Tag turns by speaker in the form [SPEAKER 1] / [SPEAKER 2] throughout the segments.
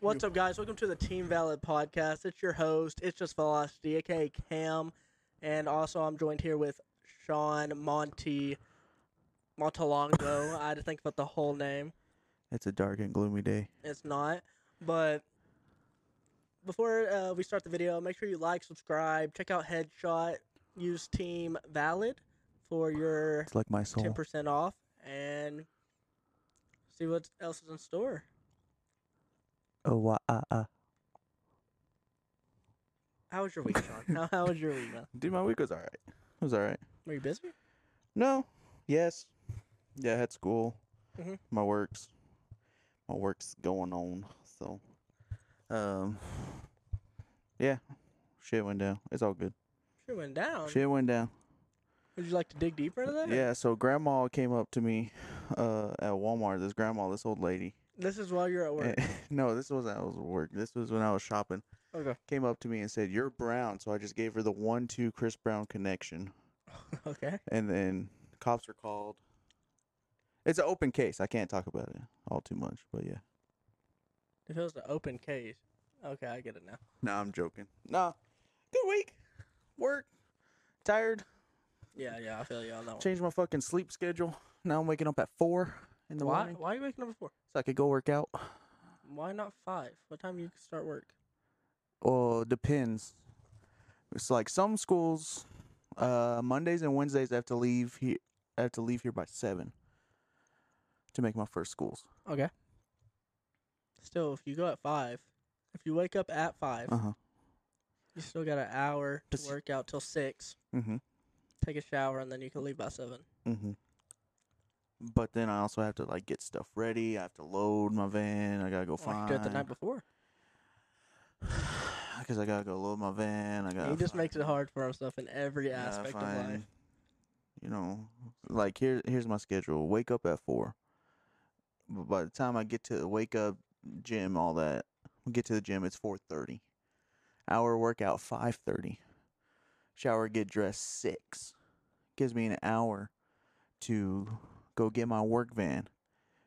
[SPEAKER 1] What's up, guys? Welcome to the Team Valid podcast. It's your host, it's just Velocity, aka Cam, and also I'm joined here with Sean Monty Montalongo. I had to think about the whole name.
[SPEAKER 2] It's a dark and gloomy day.
[SPEAKER 1] It's not, but before uh, we start the video, make sure you like, subscribe, check out Headshot, use Team Valid for your
[SPEAKER 2] It's like my soul.
[SPEAKER 1] ten percent off, and see what else is in store.
[SPEAKER 2] Oh, wa- ah, ah.
[SPEAKER 1] How was your week, Sean? how, how was your week? Man?
[SPEAKER 2] Dude, my week was all right. It was all right.
[SPEAKER 1] Were you busy?
[SPEAKER 2] No. Yes. Yeah, I had school.
[SPEAKER 1] Mhm.
[SPEAKER 2] My works. My work's going on. So, um, yeah. Shit went down. It's all good.
[SPEAKER 1] Sure went down.
[SPEAKER 2] Shit went down.
[SPEAKER 1] Would you like to dig deeper into that?
[SPEAKER 2] Yeah. So grandma came up to me, uh, at Walmart. This grandma, this old lady. Eh,
[SPEAKER 1] This is while you're at work.
[SPEAKER 2] no, this wasn't. I was at work. This was when I was shopping.
[SPEAKER 1] okay.
[SPEAKER 2] Came up to me and said, "You're brown." So I just gave her the one-two Chris Brown connection.
[SPEAKER 1] Okay.
[SPEAKER 2] and then cops were called. It's an open case. I can't talk about it all too much, but yeah.
[SPEAKER 1] If it was an open case. Okay, I get it now.
[SPEAKER 2] Nah, I'm joking. Nah, good week. Work. Tired.
[SPEAKER 1] Yeah, yeah, I feel you on that one.
[SPEAKER 2] Changed my fucking sleep schedule. Now I'm waking up at four in the
[SPEAKER 1] Why,
[SPEAKER 2] morning
[SPEAKER 1] why are you waking up at four?
[SPEAKER 2] so I could go work out.
[SPEAKER 1] Why not five? What time you start work?
[SPEAKER 2] Well, depends. It's like some schools, uh, Mondays and Wednesdays I have to leave here. I have to leave here by seven to make my first schools.
[SPEAKER 1] Okay. Still, if you go at five, if you wake up at five,
[SPEAKER 2] Uh huh.
[SPEAKER 1] you still got an hour to
[SPEAKER 2] Does-
[SPEAKER 1] work out till six,
[SPEAKER 2] Mm-hmm.
[SPEAKER 1] take a shower, and then you can leave by seven.
[SPEAKER 2] Mm-hmm. But then I also have to like get stuff ready. I have to load my van. I gotta go
[SPEAKER 1] Why
[SPEAKER 2] find
[SPEAKER 1] you do it Oh the night before.
[SPEAKER 2] because I gotta go load my van. I gotta.
[SPEAKER 1] he just
[SPEAKER 2] find-
[SPEAKER 1] makes it hard for himself in every
[SPEAKER 2] gotta
[SPEAKER 1] aspect of life.
[SPEAKER 2] find, You know, like here, here's my schedule. Wake up at four. But by the time I get to the wake up gym, all that, get to the gym. It's four thirty. Hour workout five thirty. Shower, get dressed six. Gives me an hour to go get my work van.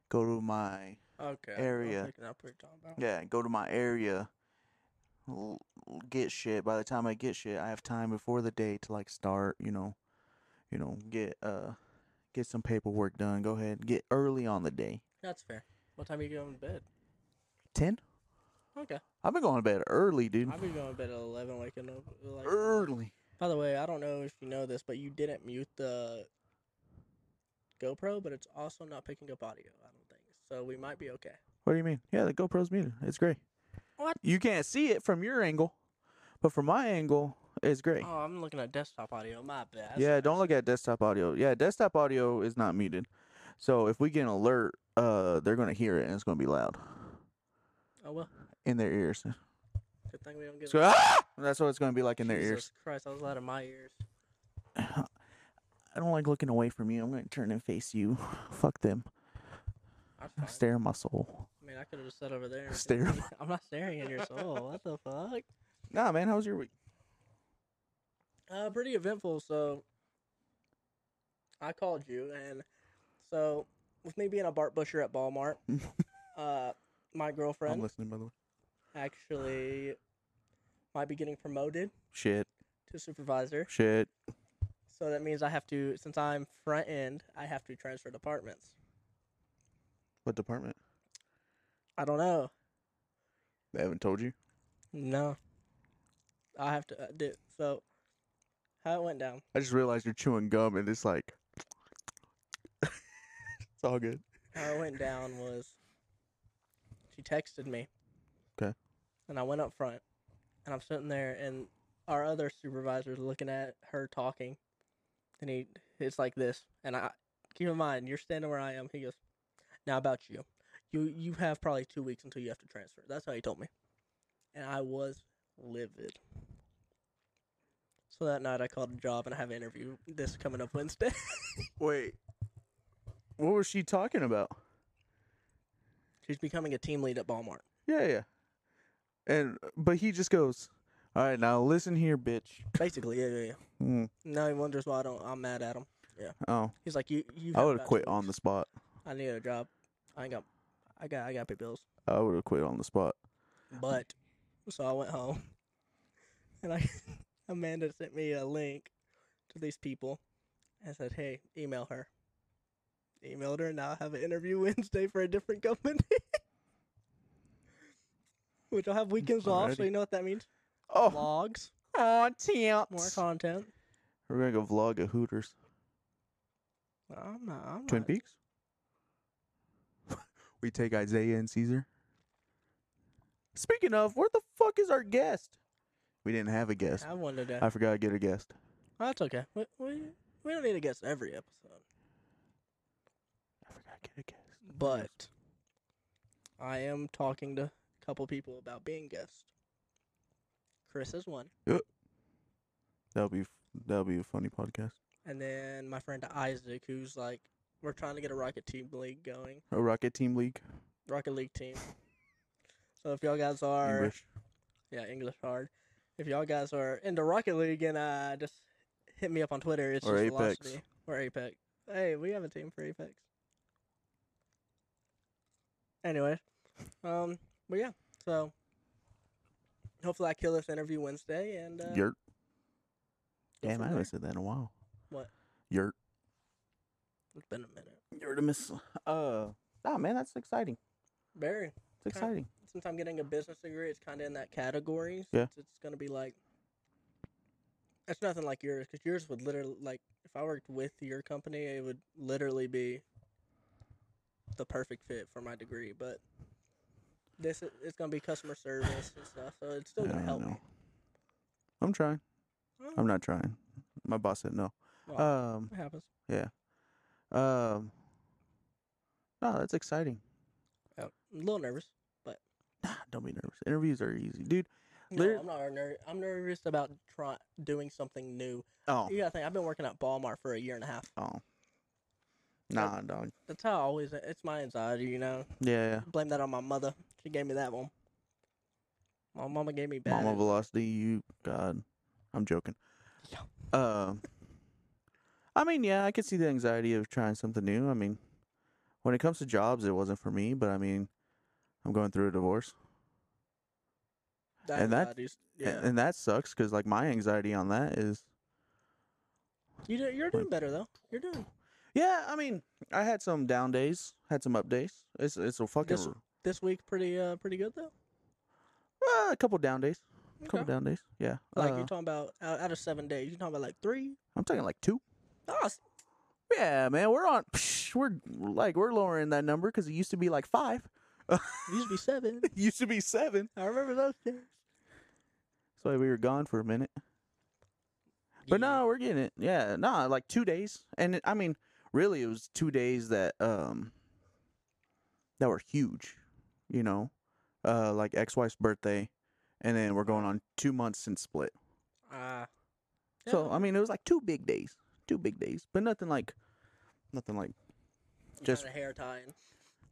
[SPEAKER 2] Go to my
[SPEAKER 1] Okay.
[SPEAKER 2] area.
[SPEAKER 1] I'm picking up what you're talking about.
[SPEAKER 2] Yeah, go to my area, l- l- get shit. By the time I get shit, I have time before the day to like start, you know, you know, get uh get some paperwork done. Go ahead, get early on the day.
[SPEAKER 1] That's fair. What time you go to bed?
[SPEAKER 2] 10?
[SPEAKER 1] Okay.
[SPEAKER 2] I've been going to bed early, dude.
[SPEAKER 1] I've been going to bed at 11, waking up like
[SPEAKER 2] Early.
[SPEAKER 1] By the way, I don't know if you know this, but you didn't mute the GoPro, but it's also not picking up audio, I don't think. So we might be okay.
[SPEAKER 2] What do you mean? Yeah, the GoPro's muted. It's gray.
[SPEAKER 1] What?
[SPEAKER 2] You can't see it from your angle, but from my angle, it's gray.
[SPEAKER 1] Oh, I'm looking at desktop audio. My bad.
[SPEAKER 2] yeah, don't look at desktop audio. Yeah, desktop audio is not muted. So if we get an alert, uh, they're gonna hear it and it's gonna be loud
[SPEAKER 1] Oh, well.
[SPEAKER 2] in their ears.
[SPEAKER 1] Good thing we don't get
[SPEAKER 2] It's gonna- "Ah!" That's what it's going to be like in their
[SPEAKER 1] Jesus
[SPEAKER 2] ears.
[SPEAKER 1] Christ, I was loud in my ears.
[SPEAKER 2] I don't like looking away from you. I'm going to turn and face you. Fuck them.
[SPEAKER 1] That's fine.
[SPEAKER 2] Stare in my soul.
[SPEAKER 1] I mean, I could have just sat over there. and-
[SPEAKER 2] Stare.
[SPEAKER 1] I'm not staring in your soul. What the fuck?
[SPEAKER 2] Nah, man. How was your week?
[SPEAKER 1] Uh, pretty eventful. So I called you, and so with me being a Bart Busher at Walmart, uh, my
[SPEAKER 2] I'm
[SPEAKER 1] girlfriend
[SPEAKER 2] listening, by the way.
[SPEAKER 1] actually might be getting promoted
[SPEAKER 2] Shit.
[SPEAKER 1] to supervisor.
[SPEAKER 2] Shit.
[SPEAKER 1] So that means I have to, since I'm front end, I have to transfer departments.
[SPEAKER 2] What department?
[SPEAKER 1] I don't know.
[SPEAKER 2] They haven't told you.
[SPEAKER 1] No, I have to uh, do so. How it went down?
[SPEAKER 2] I just realized you're chewing gum and it's like. it's all good.
[SPEAKER 1] how it went down was she texted me.
[SPEAKER 2] 'Kay.
[SPEAKER 1] And I went up front and I'm sitting there and our other supervisor's looking at her talking. And he it's like this. And I keep in mind, you're standing where I am. He goes, Now about you. You you have probably two weeks until you have to transfer. That's how he told me. And I was livid. So that night I called a job and I have an interview this coming up Wednesday.
[SPEAKER 2] Wait. What was she talking about?
[SPEAKER 1] She's becoming a team lead at Walmart.
[SPEAKER 2] Yeah, yeah. And but he just goes, "All right, now listen here, bitch."
[SPEAKER 1] Basically, yeah, yeah, yeah.
[SPEAKER 2] Mm.
[SPEAKER 1] Now he wonders why I don't. I'm mad at him.
[SPEAKER 2] Oh,
[SPEAKER 1] He's like, you. you
[SPEAKER 2] I
[SPEAKER 1] have
[SPEAKER 2] would
[SPEAKER 1] about
[SPEAKER 2] have
[SPEAKER 1] two
[SPEAKER 2] quit on the
[SPEAKER 1] weeks.
[SPEAKER 2] spot.
[SPEAKER 1] I need a job. I ain't got. I got. I got to pay bills.
[SPEAKER 2] I would have quit on the spot.
[SPEAKER 1] But so I went home, and I Amanda sent me a link to these people, and said, "Hey, email her." Emailed her, and now I have an interview Wednesday for a different company, which I'll have weekends off. So
[SPEAKER 2] Alrighty.
[SPEAKER 1] you know what that means?
[SPEAKER 2] Oh,
[SPEAKER 1] Vlogs,
[SPEAKER 2] oh, Tim.
[SPEAKER 1] more content.
[SPEAKER 2] We're gonna go vlog at Hooters.
[SPEAKER 1] I'm not. I'm
[SPEAKER 2] Twin
[SPEAKER 1] not-
[SPEAKER 2] Peaks. we take Isaiah and Caesar. Speaking of, where the fuck is our guest? We didn't have a guest.
[SPEAKER 1] I wanted to.
[SPEAKER 2] I forgot to get a guest.
[SPEAKER 1] Oh, that's okay. We, we, we don't need to guess every episode,
[SPEAKER 2] I forgot to get a guest.
[SPEAKER 1] but I am talking to a couple people about being guests. Chris is one,
[SPEAKER 2] That'll be that'll be a funny podcast.
[SPEAKER 1] and then my friend Isaac, who's like, we're trying to get a Rocket Team League going,
[SPEAKER 2] A Rocket Team League.
[SPEAKER 1] Rocket League team. So if y'all guys are
[SPEAKER 2] English.
[SPEAKER 1] yeah English hard, if y'all guys are into Rocket League and uh just hit me up on Twitter, it's
[SPEAKER 2] Or
[SPEAKER 1] just
[SPEAKER 2] Apex.
[SPEAKER 1] Velocity or Apex. Hey, we have a team for Apex. Anyway, um, but yeah, so hopefully I kill this interview Wednesday and uh,
[SPEAKER 2] Yurt.
[SPEAKER 1] go from
[SPEAKER 2] Damn, I
[SPEAKER 1] there.
[SPEAKER 2] haven't said that in a while.
[SPEAKER 1] What?
[SPEAKER 2] Yurt.
[SPEAKER 1] It's been a minute.
[SPEAKER 2] Yurtimus. Uh. Ah, man, that's exciting.
[SPEAKER 1] Very.
[SPEAKER 2] It's
[SPEAKER 1] Okay.
[SPEAKER 2] exciting.
[SPEAKER 1] Since I'm getting a business degree, it's kind of in that category. So
[SPEAKER 2] Yeah.
[SPEAKER 1] It's, it's gonna be like. It's nothing like yours because yours would literally like if I worked with your company, it would literally be the perfect fit for my degree. But this i- it's gonna be customer service and stuff, so it's still
[SPEAKER 2] Yeah,
[SPEAKER 1] gonna
[SPEAKER 2] I
[SPEAKER 1] help
[SPEAKER 2] know.
[SPEAKER 1] me.
[SPEAKER 2] I'm trying.
[SPEAKER 1] Well,
[SPEAKER 2] I'm not trying. My boss said no.
[SPEAKER 1] well,
[SPEAKER 2] Um.
[SPEAKER 1] it happens.
[SPEAKER 2] Um. No, that's exciting.
[SPEAKER 1] Yeah, I'm a little nervous.
[SPEAKER 2] Nah, don't be nervous. Interviews are easy, dude.
[SPEAKER 1] No,
[SPEAKER 2] There-
[SPEAKER 1] I'm not nervous. I'm nervous about try doing something new.
[SPEAKER 2] Oh,
[SPEAKER 1] You gotta think I've been working at Walmart for a year and a half.
[SPEAKER 2] oh. Nah, dog.
[SPEAKER 1] That's how I always. It's my anxiety, you know.
[SPEAKER 2] Yeah, yeah.
[SPEAKER 1] blame that on my mother. She gave me that one. My mama gave me bad.
[SPEAKER 2] Mama
[SPEAKER 1] influence.
[SPEAKER 2] Velocity, you God, I'm joking.
[SPEAKER 1] Yeah.
[SPEAKER 2] Um, I mean, yeah, I could see the anxiety of trying something new. I mean, when it comes to jobs, it wasn't for me, but I mean, I'm going through a divorce,
[SPEAKER 1] That
[SPEAKER 2] and that-
[SPEAKER 1] anxiety's-
[SPEAKER 2] a-
[SPEAKER 1] yeah.
[SPEAKER 2] and that sucks because like my anxiety on that is,
[SPEAKER 1] you do, you're doing better though. You're doing.
[SPEAKER 2] yeah, I mean, I had some down days, had some up days. It's it's a fucking
[SPEAKER 1] This- This week pretty uh pretty good though.
[SPEAKER 2] uh, a couple down days, a couple
[SPEAKER 1] Okay.
[SPEAKER 2] down days. Yeah,
[SPEAKER 1] Like
[SPEAKER 2] uh,
[SPEAKER 1] you're talking about out, out of seven days, you're talking about like three.
[SPEAKER 2] I'm talking like two.
[SPEAKER 1] Oh, s-
[SPEAKER 2] Yeah, man, we're on. Psh, we're like we're lowering that number because it used to be like five.
[SPEAKER 1] it used to be seven.
[SPEAKER 2] It used to be seven.
[SPEAKER 1] I remember those days.
[SPEAKER 2] That's why we were gone for a minute. But no, we're getting it. Yeah, no, like two days, and it- I mean, really, it was two days that um that were huge. You know, uh, like ex-wife's birthday, and then we're going on two months since split.
[SPEAKER 1] Ah.
[SPEAKER 2] So I mean, it was like two big days, two big days, but nothing like, nothing like. just-
[SPEAKER 1] a hair tying.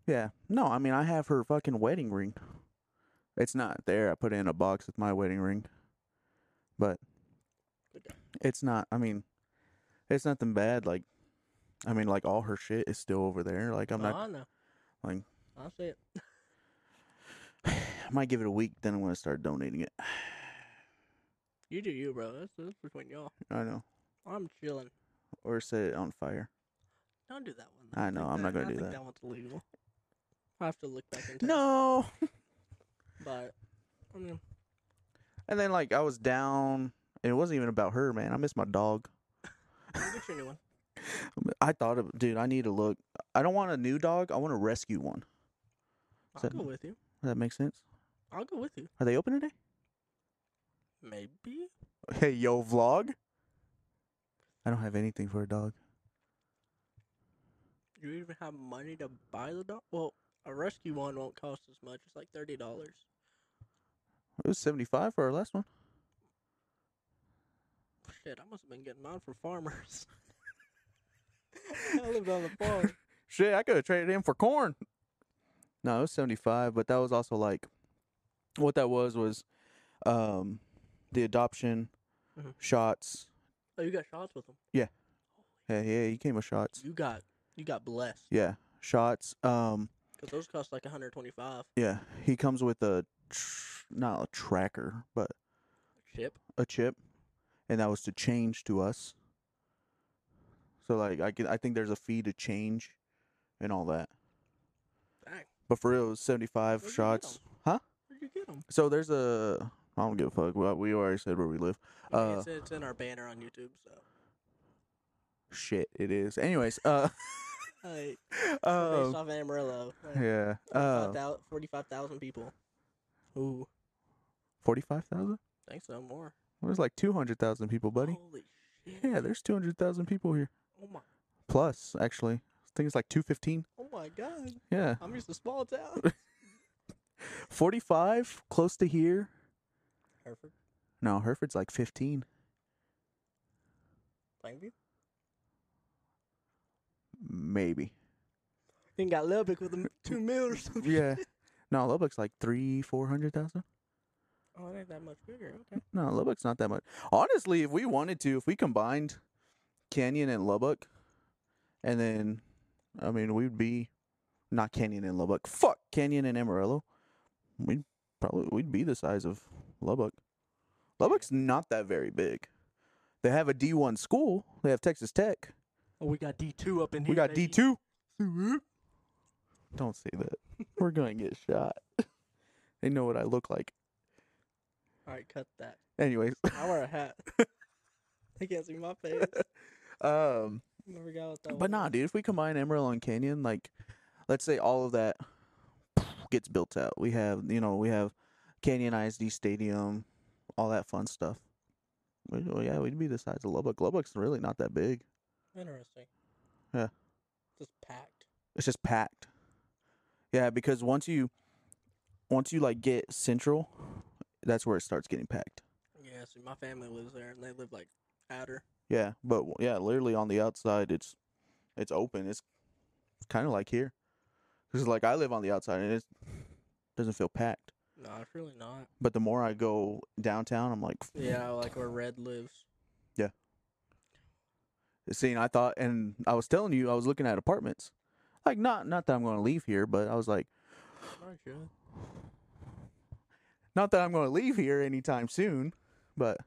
[SPEAKER 2] Yeah. No, I mean I have her fucking wedding ring. It's not there. I put it in a box with my wedding ring. But it's not I mean it's nothing bad like I mean like all her shit is still over there. Like I'm
[SPEAKER 1] oh,
[SPEAKER 2] not
[SPEAKER 1] I know.
[SPEAKER 2] like-
[SPEAKER 1] I see it.
[SPEAKER 2] I might give it a week then I'm going to start donating it.
[SPEAKER 1] You do you, bro. That's, that's between y'all.
[SPEAKER 2] I know.
[SPEAKER 1] I'm chilling.
[SPEAKER 2] Or set it on fire.
[SPEAKER 1] Don't do that one.
[SPEAKER 2] I know,
[SPEAKER 1] think
[SPEAKER 2] I'm not gonna
[SPEAKER 1] I
[SPEAKER 2] do
[SPEAKER 1] think
[SPEAKER 2] that.
[SPEAKER 1] That one's illegal. I have to look back into. it.
[SPEAKER 2] No.
[SPEAKER 1] But mm, I mean,
[SPEAKER 2] And then like I was down and it wasn't even about her, man. I miss my dog.
[SPEAKER 1] I'll get you a new one.
[SPEAKER 2] I thought of dude, I need to look. I don't want a new dog. I want to rescue one.
[SPEAKER 1] I'll
[SPEAKER 2] So-
[SPEAKER 1] go with you.
[SPEAKER 2] Does that make sense?
[SPEAKER 1] I'll go with you.
[SPEAKER 2] Are they open today?
[SPEAKER 1] Maybe.
[SPEAKER 2] Hey, yo, vlog. I don't have anything for a dog.
[SPEAKER 1] You even have money to buy the dog? Well, a rescue one won't cost as much. It's like thirty dollars.
[SPEAKER 2] It was 75 for our last one.
[SPEAKER 1] Shit, I must have been getting mine from farmers. I lived on the farm.
[SPEAKER 2] Shit, I could have traded in for corn. No, it was 75, but that was also like what that was was um the adoption
[SPEAKER 1] Mhm.
[SPEAKER 2] shots.
[SPEAKER 1] Oh, you got shots with them.
[SPEAKER 2] Hey, yeah, he came with shots.
[SPEAKER 1] You got you got blessed
[SPEAKER 2] Yeah, shots. Um
[SPEAKER 1] because those cost like one hundred twenty five.
[SPEAKER 2] yeah, he comes with a tr- not a tracker, but
[SPEAKER 1] Chip.
[SPEAKER 2] a chip, and that was to change to us. So like I can, I think there's a fee to change, and all that.
[SPEAKER 1] Dang.
[SPEAKER 2] But for real, it was
[SPEAKER 1] Where'd
[SPEAKER 2] 75
[SPEAKER 1] you get
[SPEAKER 2] shots.
[SPEAKER 1] 'em?
[SPEAKER 2] Huh?
[SPEAKER 1] Where'd you get them?
[SPEAKER 2] So there's a I don't give a fuck. Well, We already said where we live. Uh,
[SPEAKER 1] it's, it's in our banner on YouTube, so.
[SPEAKER 2] Shit, it is. Anyways, uh,
[SPEAKER 1] Like, we're based
[SPEAKER 2] um,
[SPEAKER 1] off Amarillo. Like,
[SPEAKER 2] yeah, uh,
[SPEAKER 1] 45,000 45,000 people. Ooh,
[SPEAKER 2] forty-five thousand.
[SPEAKER 1] think so, more.
[SPEAKER 2] There's like two hundred thousand people, buddy.
[SPEAKER 1] Holy shit.
[SPEAKER 2] Yeah, there's two hundred thousand people here.
[SPEAKER 1] Oh my,
[SPEAKER 2] Plus, actually, I think it's like two fifteen.
[SPEAKER 1] oh my god.
[SPEAKER 2] Yeah,
[SPEAKER 1] I'm used to small town.
[SPEAKER 2] forty-five, close to here.
[SPEAKER 1] Hereford,
[SPEAKER 2] No, Hereford's like fifteen.
[SPEAKER 1] Plainview.
[SPEAKER 2] Maybe.
[SPEAKER 1] Then got Lubbock with them two mil or something.
[SPEAKER 2] Yeah. No, Lubbock's like three, four hundred thousand.
[SPEAKER 1] Oh, it ain't that much bigger. Okay.
[SPEAKER 2] No, Lubbock's not that much. Honestly, if we wanted to, if we combined Canyon and Lubbock, and then, I mean, we'd be not Canyon and Lubbock. Fuck Canyon and Amarillo. We'd probably we'd be the size of Lubbock. Lubbock's not that very big. They have a D one school. They have Texas Tech.
[SPEAKER 1] Oh, we got D two up in here.
[SPEAKER 2] We got D
[SPEAKER 1] baby.
[SPEAKER 2] two. Don't say that. We're gonna get shot. They know what I look like.
[SPEAKER 1] All right, cut that.
[SPEAKER 2] Anyways,
[SPEAKER 1] I wear a hat. they can't see my face.
[SPEAKER 2] um,
[SPEAKER 1] Never got what that
[SPEAKER 2] But nah, dude, if we combine Emerald and Canyon, like, let's say all of that gets built out. We have, you know, we have Canyon ISD Stadium, all that fun stuff. We, oh, yeah, we'd be the size of Lubbock. Lubbock's really not that big.
[SPEAKER 1] Interesting.
[SPEAKER 2] Yeah.
[SPEAKER 1] Just packed.
[SPEAKER 2] It's just packed. Yeah, because once you, once you like get central, that's where it starts getting packed.
[SPEAKER 1] Yeah. See, my family lives there, and they live like outer.
[SPEAKER 2] Yeah, but w- yeah, literally on the outside, it's it's open. It's, it's kind of like here, because like I live on the outside and it doesn't feel packed.
[SPEAKER 1] No, it's really not.
[SPEAKER 2] But the more I go downtown, I'm like,
[SPEAKER 1] Yeah, like where Red lives.
[SPEAKER 2] seeing I thought, and I was telling you, I was looking at apartments, like not not that I'm going to leave here, but I was like,
[SPEAKER 1] Aren't you?
[SPEAKER 2] not that I'm going to leave here anytime soon, but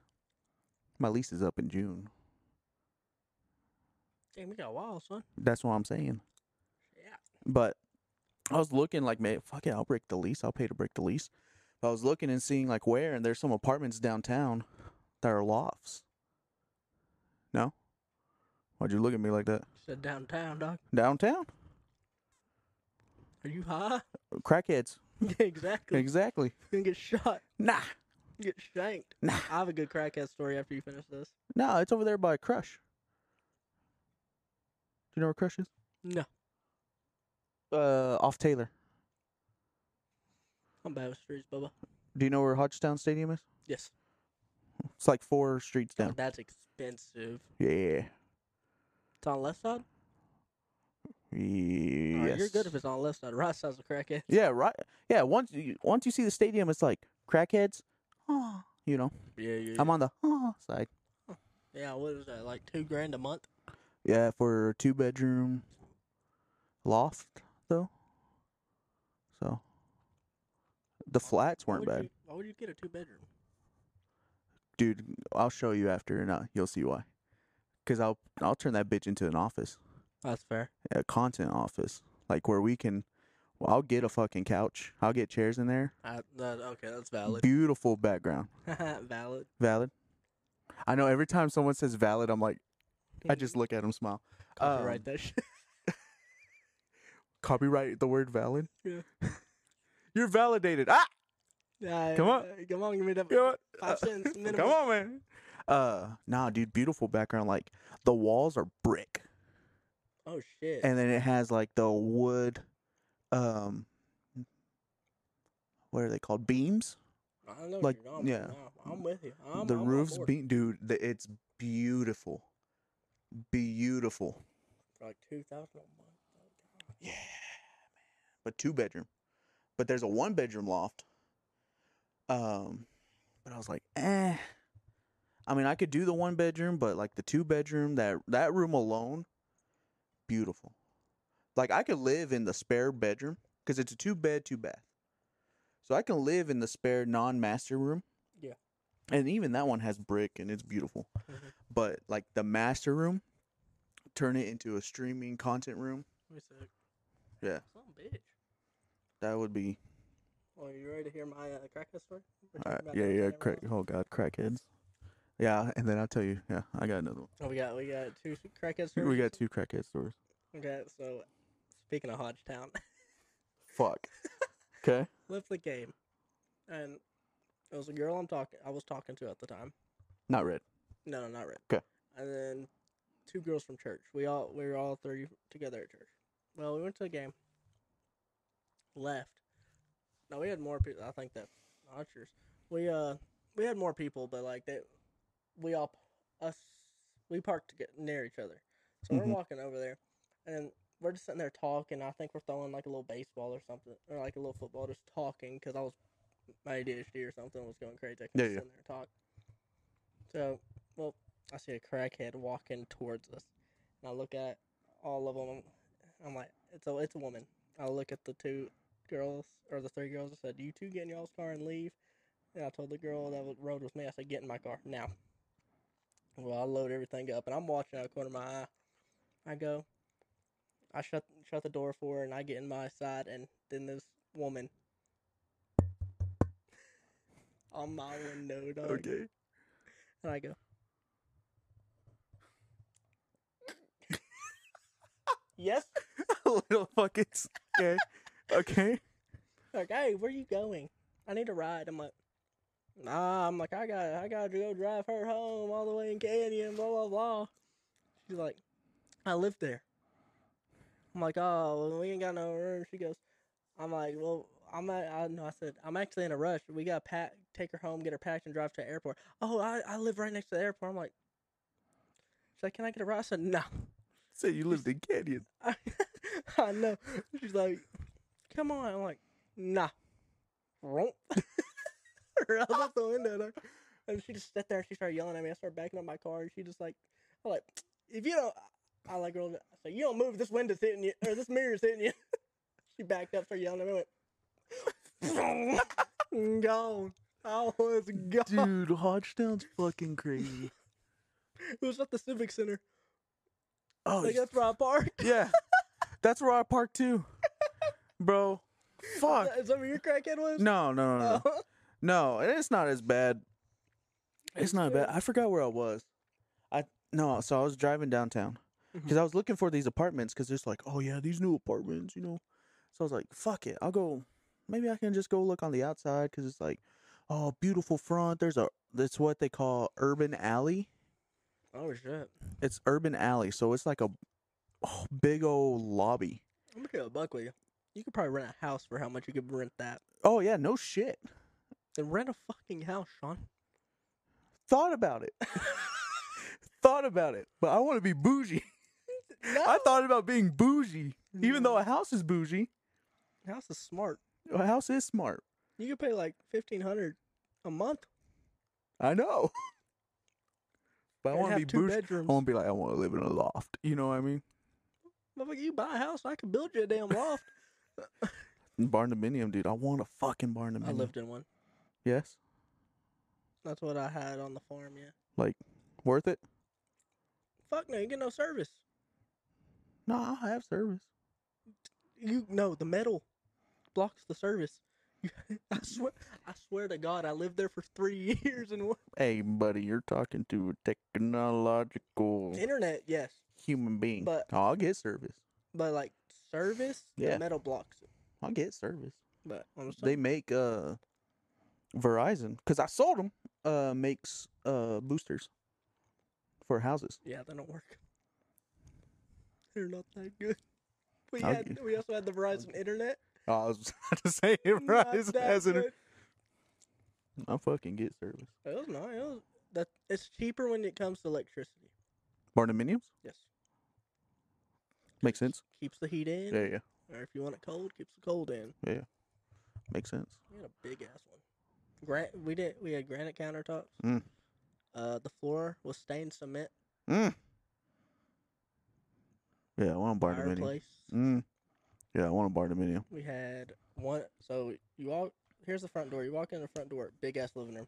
[SPEAKER 2] my lease is up in June.
[SPEAKER 1] Damn, we got wild, son.
[SPEAKER 2] That's what I'm saying.
[SPEAKER 1] Yeah.
[SPEAKER 2] But I was looking like, man, fuck it, I'll break the lease. I'll pay to break the lease. I was looking and seeing like where, and there's some apartments downtown that are lofts. No, why'd you look at me like that?
[SPEAKER 1] Said downtown, dog.
[SPEAKER 2] Downtown,
[SPEAKER 1] Are you high?
[SPEAKER 2] crackheads.
[SPEAKER 1] Yeah, exactly.
[SPEAKER 2] Exactly.
[SPEAKER 1] You're gonna get shot.
[SPEAKER 2] Nah.
[SPEAKER 1] Get shanked.
[SPEAKER 2] Nah.
[SPEAKER 1] I have a good crackhead story after you finish this.
[SPEAKER 2] Nah, it's over there by Crush. Do you know where Crush is?
[SPEAKER 1] No,
[SPEAKER 2] Uh, off Taylor.
[SPEAKER 1] I'm bad with streets, Bubba.
[SPEAKER 2] Do you know where Hodgetown Stadium is?
[SPEAKER 1] Yes.
[SPEAKER 2] It's like four streets
[SPEAKER 1] God,
[SPEAKER 2] down.
[SPEAKER 1] that's expensive.
[SPEAKER 2] Yeah.
[SPEAKER 1] It's on the left side?
[SPEAKER 2] Yes.
[SPEAKER 1] All right, you're good if it's on the left side. Right side's a crackhead.
[SPEAKER 2] yeah, right. Yeah, once you, once you see the stadium, it's like crackheads. Oh, you know,
[SPEAKER 1] Yeah, yeah.
[SPEAKER 2] I'm on the oh side.
[SPEAKER 1] yeah, what is that? Like two grand a month?
[SPEAKER 2] Yeah, for a two bedroom loft though. So the flats
[SPEAKER 1] Why
[SPEAKER 2] weren't
[SPEAKER 1] would
[SPEAKER 2] bad.
[SPEAKER 1] you- why would you get a two bedroom?
[SPEAKER 2] dude i'll show you after and uh, you'll see why because i'll i'll turn that bitch into an office
[SPEAKER 1] That's fair.
[SPEAKER 2] a content office like where we can well, i'll get a fucking couch i'll get chairs in there
[SPEAKER 1] I, that, okay, that's valid.
[SPEAKER 2] beautiful background
[SPEAKER 1] valid.
[SPEAKER 2] valid i know every time someone says valid i'm like i just look at them smile
[SPEAKER 1] Copyright
[SPEAKER 2] um,
[SPEAKER 1] that shit.
[SPEAKER 2] copyright the word valid
[SPEAKER 1] Yeah.
[SPEAKER 2] you're validated ah
[SPEAKER 1] Yeah,
[SPEAKER 2] come on.
[SPEAKER 1] yeah, uh, Come on, give me that.
[SPEAKER 2] you know what?
[SPEAKER 1] Five cents minimum.
[SPEAKER 2] come on man uh nah dude beautiful background like the walls are brick
[SPEAKER 1] Oh, shit.
[SPEAKER 2] and then it has like the wood um what are they called beams
[SPEAKER 1] I know
[SPEAKER 2] like,
[SPEAKER 1] like, you're on yeah.
[SPEAKER 2] yeah.
[SPEAKER 1] I'm with you. I'm,
[SPEAKER 2] the
[SPEAKER 1] I'm on
[SPEAKER 2] roof's
[SPEAKER 1] board.
[SPEAKER 2] beam dude the, it's beautiful beautiful
[SPEAKER 1] For like 2000 a month.
[SPEAKER 2] yeah man but two bedroom but there's a one bedroom loft um but i was like eh i mean i could do the one bedroom but like the two bedroom that that room alone beautiful like i could live in the spare bedroom because it's a two bed two bath So I can live in the spare non-master room.
[SPEAKER 1] Yeah.
[SPEAKER 2] And even that one has brick and it's beautiful.
[SPEAKER 1] Mhm.
[SPEAKER 2] But like the master room, turn it into a streaming content room.
[SPEAKER 1] Wait a sec.
[SPEAKER 2] Yeah.
[SPEAKER 1] Some bitch.
[SPEAKER 2] That would be
[SPEAKER 1] Well, are you ready to hear my uh, crackhead story? We're
[SPEAKER 2] All
[SPEAKER 1] talking
[SPEAKER 2] right,
[SPEAKER 1] about
[SPEAKER 2] Uh, yeah,
[SPEAKER 1] that
[SPEAKER 2] yeah,
[SPEAKER 1] camera
[SPEAKER 2] crack.
[SPEAKER 1] last-
[SPEAKER 2] Oh God, crackheads. Yeah, and then I'll tell you. Yeah, I got another
[SPEAKER 1] Oh, we got we got two s- crackhead
[SPEAKER 2] one.
[SPEAKER 1] stories.
[SPEAKER 2] We got two crackhead stories.
[SPEAKER 1] Okay, so speaking of Hodgetown,
[SPEAKER 2] Fuck. Okay.
[SPEAKER 1] left the game, and it was a girl I'm talking. I was talking to at the time.
[SPEAKER 2] Not red.
[SPEAKER 1] No, no, not red.
[SPEAKER 2] 'Kay.
[SPEAKER 1] And then two girls from church. We all we were all three together at church. Well, we went to a game. Left. No, we had more people. I think that not yours. We uh we had more people, but like that, we all us we parked to get near each other. So
[SPEAKER 2] Mhm.
[SPEAKER 1] we're walking over there, and we're just sitting there talking. I think we're throwing like a little baseball or something, or like a little football, just talking because I was my ADHD or something was going crazy. I couldn't
[SPEAKER 2] Yeah,
[SPEAKER 1] sit
[SPEAKER 2] yeah.
[SPEAKER 1] there and talk. So, well, I see a crackhead walking towards us, and I look at all of them. I'm like, it's a it's a woman. I look at the two girls or the three girls. I said, "You two get in y'all's car and leave." And I told the girl that was, rode with me, I said, "Get in my car now." Well, I load everything up, and I'm watching out of the corner of my eye. I go, I shut shut the door for her, and I get in my side, and then this woman on my window, dog.
[SPEAKER 2] Okay.
[SPEAKER 1] And I go. yes.
[SPEAKER 2] Little fuckers. Okay. Okay.
[SPEAKER 1] Like, hey, where you going? I need a ride. I'm like, nah. I'm like, I got, I got to go drive her home all the way in Canyon. Blah blah blah. She's like, I live there. I'm like, oh, well, we ain't got no room. She goes, I'm like, well, I'm at, I know. I said, I'm actually in a rush. We got to pack, take her home, get her packed, and drive to the airport. Oh, I, I live right next to the airport. I'm like, she's like, can I get a ride? I said, no.
[SPEAKER 2] Say you lived in Canyon.
[SPEAKER 1] I, I know. She's like, come on. I'm like, nah. Romp. Rolls up the window. And, I- and she just sat there and she started yelling at me. I started backing up my car and she just like, I'm like, if you don't, I like rolled it. I said, you don't move, this window's hitting you, or this mirror's hitting you. she backed up, started yelling at me. I went, gone. I was gone.
[SPEAKER 2] Dude, Hodgetown's fucking crazy.
[SPEAKER 1] It was at the Civic Center.
[SPEAKER 2] Oh
[SPEAKER 1] Like, that's where I parked.
[SPEAKER 2] yeah. That's where I parked too, bro. Fuck.
[SPEAKER 1] Is that where your crackhead was?
[SPEAKER 2] No, no, no, no.
[SPEAKER 1] Oh.
[SPEAKER 2] No, and it's not as bad. It's not bad.
[SPEAKER 1] Yeah.
[SPEAKER 2] I forgot where I was. I no, so I was driving downtown
[SPEAKER 1] Mm-hmm.
[SPEAKER 2] because I was looking for these apartments because it's like, oh yeah, these new apartments, you know. So I was like, fuck it, I'll go. Maybe I can just go look on the outside because it's like, oh, beautiful front. There's a that's what they call urban alley.
[SPEAKER 1] oh, shit.
[SPEAKER 2] It's urban alley, so it's like a oh, big old lobby.
[SPEAKER 1] I'm gonna go buck with you. You could probably rent a house for how much you could rent that.
[SPEAKER 2] Oh yeah, no shit.
[SPEAKER 1] Then rent a fucking house, Sean.
[SPEAKER 2] Thought about it. Thought about it, but I want to be bougie.
[SPEAKER 1] No,
[SPEAKER 2] I thought about being bougie, even though
[SPEAKER 1] No.
[SPEAKER 2] a house is bougie.
[SPEAKER 1] house is smart.
[SPEAKER 2] A house is smart.
[SPEAKER 1] You could pay like fifteen hundred a month.
[SPEAKER 2] I know, but I
[SPEAKER 1] and
[SPEAKER 2] want to
[SPEAKER 1] have
[SPEAKER 2] be
[SPEAKER 1] two
[SPEAKER 2] bougie.
[SPEAKER 1] bedrooms.
[SPEAKER 2] I want to be like I want to live in a loft. You know what I mean?
[SPEAKER 1] Motherfucker, you buy a house, I could build you a damn loft.
[SPEAKER 2] Barndominium, dude. I want a fucking barndominium.
[SPEAKER 1] I lived in one.
[SPEAKER 2] Yes,
[SPEAKER 1] That's what I had on the farm. Yeah.
[SPEAKER 2] like worth it.
[SPEAKER 1] Fuck no, you get no service.
[SPEAKER 2] No, I have service.
[SPEAKER 1] You no, the metal blocks the service. You- I swear, I swear to God, I lived there for three years and one
[SPEAKER 2] Hey, buddy, you're talking to a technological
[SPEAKER 1] internet. Yes,
[SPEAKER 2] human being.
[SPEAKER 1] but-
[SPEAKER 2] I'll get service.
[SPEAKER 1] but like service,
[SPEAKER 2] Yeah.
[SPEAKER 1] the metal blocks it.
[SPEAKER 2] I'll get service.
[SPEAKER 1] But I'm just
[SPEAKER 2] They make uh Verizon because I sold them. Uh, makes uh boosters for houses.
[SPEAKER 1] Yeah, they don't work. They're not that good. We
[SPEAKER 2] I'll
[SPEAKER 1] had
[SPEAKER 2] gi-
[SPEAKER 1] we also had the Verizon internet.
[SPEAKER 2] Oh, I was about to say it
[SPEAKER 1] Not
[SPEAKER 2] right
[SPEAKER 1] that
[SPEAKER 2] as an
[SPEAKER 1] good.
[SPEAKER 2] I fucking get service.
[SPEAKER 1] It was not. It was that. It's cheaper when it comes to electricity.
[SPEAKER 2] Barnuminiums?
[SPEAKER 1] Yes,
[SPEAKER 2] Makes sense.
[SPEAKER 1] keeps the heat in.
[SPEAKER 2] Yeah, yeah.
[SPEAKER 1] Or if you want it cold, keeps the cold in.
[SPEAKER 2] Makes sense.
[SPEAKER 1] We had a big ass one. Grant, we did. We had granite countertops.
[SPEAKER 2] Mm.
[SPEAKER 1] Uh, the floor was stained cement.
[SPEAKER 2] Mm. Yeah, I want a barnuminium.
[SPEAKER 1] Fireplace.
[SPEAKER 2] Mm. Yeah, I want a barnuminium.
[SPEAKER 1] We had one. So you all here's the front door. You walk in the front door, big ass living room.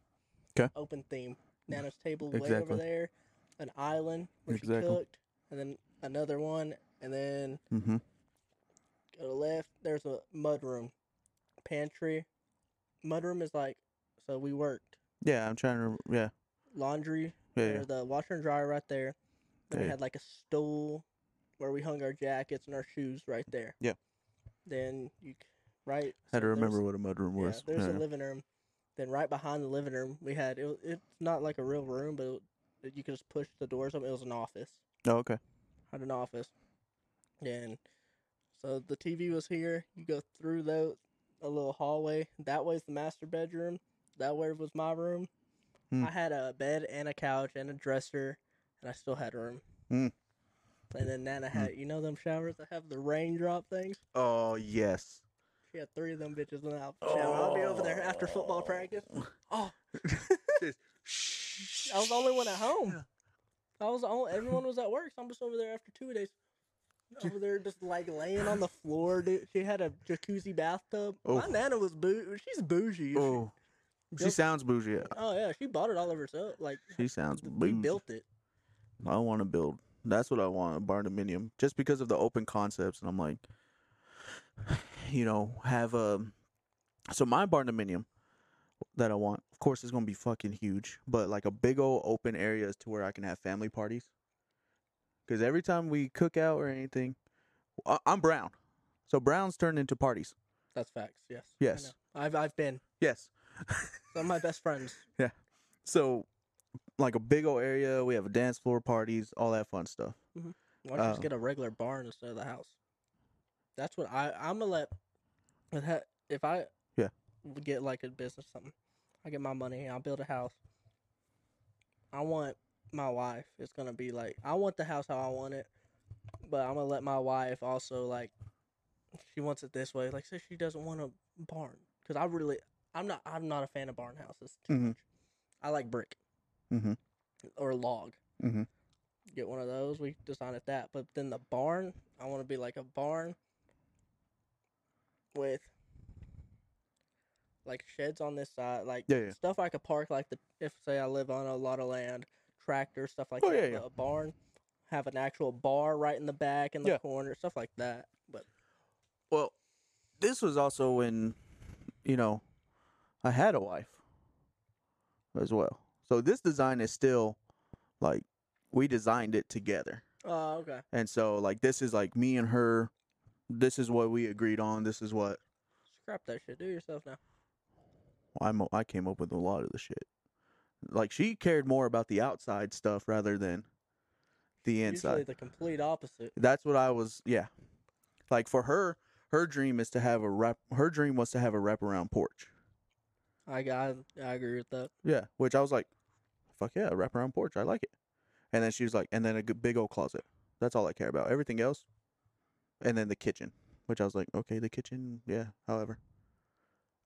[SPEAKER 2] 'Kay.
[SPEAKER 1] Open theme. Nana's table way over
[SPEAKER 2] Exactly.
[SPEAKER 1] there. An island where she
[SPEAKER 2] Exactly.
[SPEAKER 1] cooked, and then another one, and then
[SPEAKER 2] Mm-hmm.
[SPEAKER 1] go to the left. There's a mud room, pantry. Mud room is like so we worked
[SPEAKER 2] Yeah, I'm trying to. Yeah,
[SPEAKER 1] laundry
[SPEAKER 2] yeah, yeah.
[SPEAKER 1] there's the washer and dryer right there. Then we
[SPEAKER 2] Yeah.
[SPEAKER 1] had like a stool where we hung our jackets and our shoes right there.
[SPEAKER 2] Yeah.
[SPEAKER 1] Then you c- right
[SPEAKER 2] had to
[SPEAKER 1] so there's-
[SPEAKER 2] remember what a mudroom
[SPEAKER 1] Yeah,
[SPEAKER 2] was.
[SPEAKER 1] there's
[SPEAKER 2] Yeah.
[SPEAKER 1] a living room. Then right behind the living room, we had it, wa- it's not like a real room, but it, that you could just push the doors open. It was an office.
[SPEAKER 2] oh, okay.
[SPEAKER 1] Had an office. And so the TV was here. You go through the a little hallway. That way's the master bedroom. That way was my room.
[SPEAKER 2] Hmm.
[SPEAKER 1] I had a bed and a couch and a dresser, and I still had room.
[SPEAKER 2] Hmm.
[SPEAKER 1] And then Nana had, you know, them showers that have the raindrop things.
[SPEAKER 2] Oh yes.
[SPEAKER 1] She had three of them bitches in the shower. I'll be over there after football practice. Oh,
[SPEAKER 2] Shh.
[SPEAKER 1] I was the only one at home. I was the only, everyone was at work, so I'm just over there after two days. Over there, just like laying on the floor, dude. She had a jacuzzi bathtub. My
[SPEAKER 2] Oh.
[SPEAKER 1] nana was boo. She's bougie. Oh.
[SPEAKER 2] Oh, she sounds bougie.
[SPEAKER 1] oh yeah, she bought it all of herself. Like
[SPEAKER 2] She sounds
[SPEAKER 1] we
[SPEAKER 2] bougie.
[SPEAKER 1] built it.
[SPEAKER 2] I want to build. That's what I want. A barndominium, just because of the open concepts, and I'm like, you know, have a. So my barndominium that I want, of course, is gonna be fucking huge, but like a big old open area is to where I can have family parties. Because every time we cook out or anything, I- I'm brown, so brown's turned into parties.
[SPEAKER 1] That's facts. Yes. I
[SPEAKER 2] Yes.
[SPEAKER 1] know. I've I've been
[SPEAKER 2] Yes,
[SPEAKER 1] some of my best friends.
[SPEAKER 2] so like a big old area, we have a dance floor, parties, all that fun stuff.
[SPEAKER 1] Why don't you just
[SPEAKER 2] Oh.
[SPEAKER 1] get a regular barn instead of the house? That's what I I'm gonna let. if ha- If I
[SPEAKER 2] Yeah.
[SPEAKER 1] would get like a business something, I get my money. I'll build a house. I want my wife. It's gonna be like I want the house how I want it, but I'm gonna let my wife also like. She wants it this way. Like say she doesn't want a barn because I really I'm not I'm not a fan of barn houses too
[SPEAKER 2] Mhm.
[SPEAKER 1] much. I like brick
[SPEAKER 2] Mm-hmm.
[SPEAKER 1] or log.
[SPEAKER 2] Mhm.
[SPEAKER 1] Get one of those. We design it that. But then the barn, I want to be like a barn with like sheds on this side, like
[SPEAKER 2] Yeah, yeah.
[SPEAKER 1] stuff I could park. Like the if say I live on a lot of land, tractor stuff like
[SPEAKER 2] Oh,
[SPEAKER 1] that.
[SPEAKER 2] yeah, yeah.
[SPEAKER 1] but A barn have an actual bar right in the back in the
[SPEAKER 2] Yeah.
[SPEAKER 1] corner, stuff like that. But
[SPEAKER 2] Well, this was also when, you know, I had a wife as well. So this design is still like we designed it together.
[SPEAKER 1] oh okay,
[SPEAKER 2] And so like this is like me and her. This is what we agreed on. This is what
[SPEAKER 1] scrap that shit. Do it yourself now.
[SPEAKER 2] I'm I came up with a lot of the shit. Like she cared more about the outside stuff rather than the inside.
[SPEAKER 1] Usually the complete opposite.
[SPEAKER 2] That's what I was. Yeah, like for her, her dream is to have a wrap. Her dream was to have a wraparound porch.
[SPEAKER 1] I got I agree with that.
[SPEAKER 2] Yeah, which I was like, fuck yeah, wraparound porch. I like it. And then she was like, and then a good big old closet. That's all I care about. Everything else, and then the kitchen, which I was like, okay, the kitchen. Yeah, however,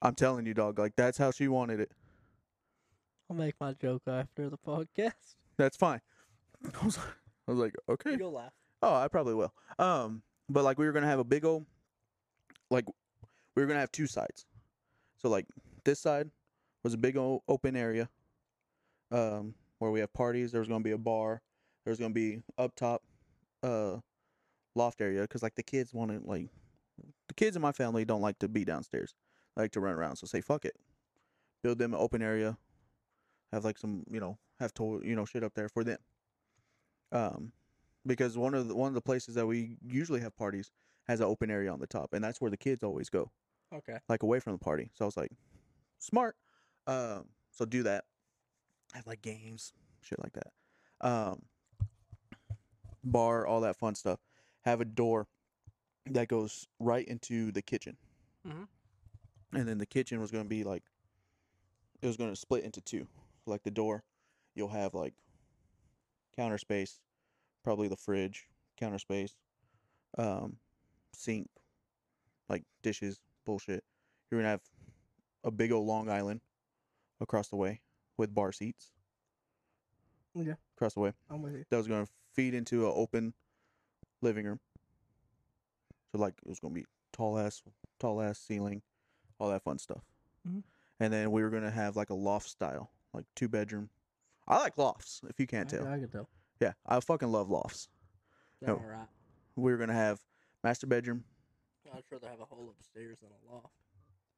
[SPEAKER 2] I'm telling you, dog, like that's how she wanted it.
[SPEAKER 1] I'll make my joke after the podcast.
[SPEAKER 2] That's fine. I was like, I was like, okay.
[SPEAKER 1] You'll laugh.
[SPEAKER 2] Oh, I probably will. Um, but like we were gonna have a big old, like we were gonna have two sides. So like this side was a big old open area, um, where we have parties. There was gonna be a bar. There was gonna be up top, uh, loft area because like the kids wanted like the kids in my family don't like to be downstairs. They like to run around. So say fuck it, build them an open area, have like some you know have to you know shit up there for them. Um, because one of the one of the places that we usually have parties has an open area on the top, and that's where the kids always go,
[SPEAKER 1] Okay.
[SPEAKER 2] like away from the party. So I was like, smart. Um, so do that. Have like games, shit like that. Um, bar, all that fun stuff. Have a door that goes right into the kitchen,
[SPEAKER 1] Mhm.
[SPEAKER 2] and then the kitchen was gonna be like it was gonna split into two. Like the door, you'll have like counter space, probably the fridge, counter space, um, sink, like dishes, bullshit. You're gonna have a big old Long Island across the way with bar seats.
[SPEAKER 1] Yeah.
[SPEAKER 2] Across the way
[SPEAKER 1] I'm with you.
[SPEAKER 2] that was gonna feed into an open living room. So like it was gonna be tall ass, tall ass ceiling, all that fun stuff.
[SPEAKER 1] Mhm.
[SPEAKER 2] and then we were gonna have like a loft style, like two bedroom. I like lofts. If you can't tell,
[SPEAKER 1] I, I could tell.
[SPEAKER 2] yeah, I fucking love lofts. No.
[SPEAKER 1] All right.
[SPEAKER 2] We were gonna have master bedroom,
[SPEAKER 1] I'd rather have a hole upstairs than a loft.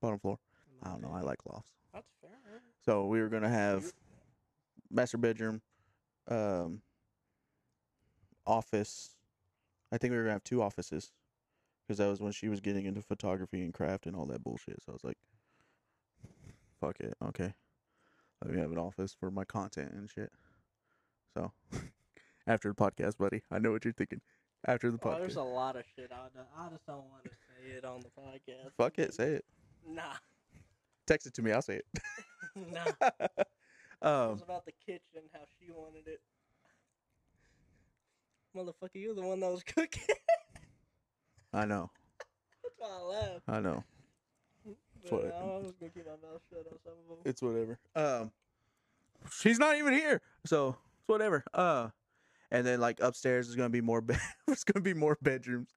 [SPEAKER 2] bottom floor.
[SPEAKER 1] in my
[SPEAKER 2] I don't know. I
[SPEAKER 1] opinion.
[SPEAKER 2] like lofts.
[SPEAKER 1] That's fair.
[SPEAKER 2] So we were gonna have
[SPEAKER 1] Mm-hmm.
[SPEAKER 2] master bedroom, um, office. I think we were gonna have two offices, because that was when she was getting into photography and craft and all that bullshit. So I was like, "Fuck it, okay, let me have an office for my content and shit." So after the podcast, buddy, I know what you're thinking. After the
[SPEAKER 1] Oh, there's a
[SPEAKER 2] podcast,
[SPEAKER 1] lot of shit I, don't- I just don't want to say it on the podcast.
[SPEAKER 2] fuck it, say it.
[SPEAKER 1] Nah,
[SPEAKER 2] Text it to me. I'll say
[SPEAKER 1] nah.
[SPEAKER 2] it.
[SPEAKER 1] it
[SPEAKER 2] um,
[SPEAKER 1] was about the kitchen, how she wanted it. Motherfucker, you're the one that was cooking.
[SPEAKER 2] I know,
[SPEAKER 1] That's why I laughed.
[SPEAKER 2] I know.
[SPEAKER 1] But
[SPEAKER 2] what-
[SPEAKER 1] I was gonna keep my mouth shut on some of them.
[SPEAKER 2] It's whatever. Um, she's not even here, so it's whatever. Uh, and then like upstairs is gonna be more bed. it's gonna be more bedrooms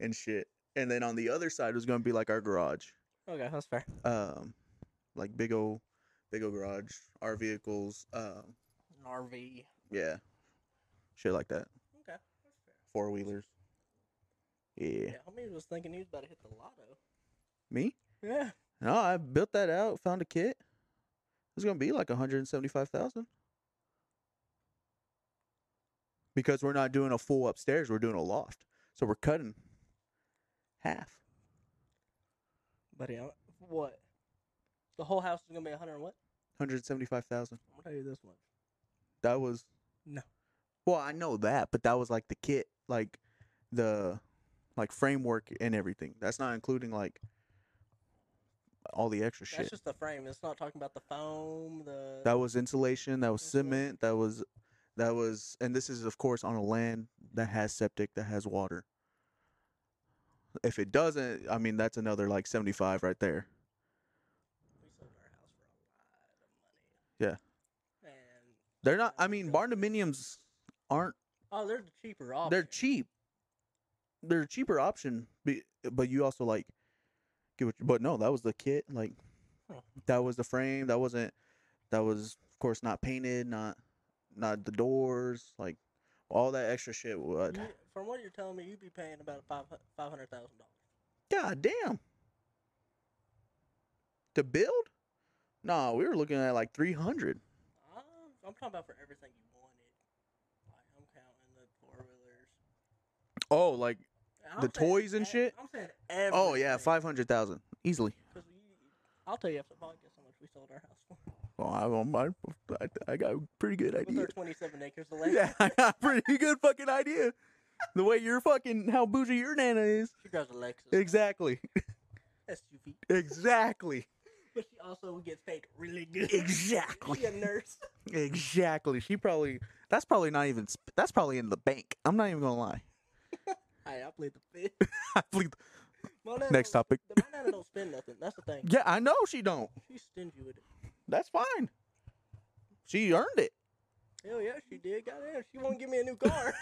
[SPEAKER 2] and shit. And then on the other side was gonna be like our garage.
[SPEAKER 1] Okay, that's fair.
[SPEAKER 2] Um, like big old, big old garage, our vehicles. Um,
[SPEAKER 1] An RV.
[SPEAKER 2] yeah, shit like that.
[SPEAKER 1] Okay, that's fair.
[SPEAKER 2] Four wheelers. Yeah.
[SPEAKER 1] Yeah, homie was thinking he was about to hit the lotto.
[SPEAKER 2] Me?
[SPEAKER 1] Yeah.
[SPEAKER 2] No, I built that out. Found a kit. It's gonna be like one hundred and seventy-five thousand. Because we're not doing a full upstairs, we're doing a loft. So we're cutting half.
[SPEAKER 1] But yeah, what? The whole house is gonna be a hundred and what?
[SPEAKER 2] Hundred seventy-five thousand.
[SPEAKER 1] I'm gonna tell you this one.
[SPEAKER 2] That was
[SPEAKER 1] No.
[SPEAKER 2] Well, I know that, but that was like the kit, like the like framework and everything. That's not including like all the extra shit.
[SPEAKER 1] That's just the frame. It's not talking about the foam. The
[SPEAKER 2] That was insulation. That was
[SPEAKER 1] Insulation.
[SPEAKER 2] cement. That was that was, and this is of course on a land that has septic, that has water. If it doesn't, I mean that's another like seventy five right there.
[SPEAKER 1] we sold our house for a lot of money.
[SPEAKER 2] Yeah.
[SPEAKER 1] And
[SPEAKER 2] They're not. I mean barn dominiums aren't.
[SPEAKER 1] oh, they're the cheaper option.
[SPEAKER 2] They're cheap. They're a cheaper option, be- but you also like get what. You, but no, that was the kit. Like
[SPEAKER 1] Huh.
[SPEAKER 2] that was the frame. That wasn't. That was of course not painted. Not not the doors. Like all that extra shit would.
[SPEAKER 1] You- from what you're telling me, you'd be paying about five five hundred thousand dollars.
[SPEAKER 2] God damn. To build? Nah, we were looking at like 300.
[SPEAKER 1] I'm, I'm talking about for everything you wanted. Like I'm counting the four wheelers,
[SPEAKER 2] Oh, like
[SPEAKER 1] I'm
[SPEAKER 2] The
[SPEAKER 1] saying
[SPEAKER 2] toys and
[SPEAKER 1] ev-
[SPEAKER 2] shit?
[SPEAKER 1] I'm saying everything.
[SPEAKER 2] oh yeah, 500,000 easily.
[SPEAKER 1] 'Cause you- I'll tell you after the podcast how much we sold our house for.
[SPEAKER 2] Well, I, well, my- I, I got a pretty good
[SPEAKER 1] With our
[SPEAKER 2] idea.
[SPEAKER 1] 27 acres of land,
[SPEAKER 2] Yeah, I got a pretty good fucking idea. The way you're fucking how bougie your nana is.
[SPEAKER 1] she drives a Lexus
[SPEAKER 2] Exactly.
[SPEAKER 1] SUV,
[SPEAKER 2] Exactly.
[SPEAKER 1] but she also gets paid really good.
[SPEAKER 2] Exactly.
[SPEAKER 1] She a nurse.
[SPEAKER 2] Exactly. She probably that's probably not even sp- that's probably in the bank. I'm not even going to lie.
[SPEAKER 1] Hey, I played the fifth.
[SPEAKER 2] I believe-
[SPEAKER 1] My nana
[SPEAKER 2] Next
[SPEAKER 1] don't-
[SPEAKER 2] topic.
[SPEAKER 1] The my nana don't spend nothing. That's the thing.
[SPEAKER 2] Yeah, I know she don't.
[SPEAKER 1] She's stingy with it.
[SPEAKER 2] That's fine. She earned it.
[SPEAKER 1] Hell yeah, she did. Goddamn, she won't give me a new car.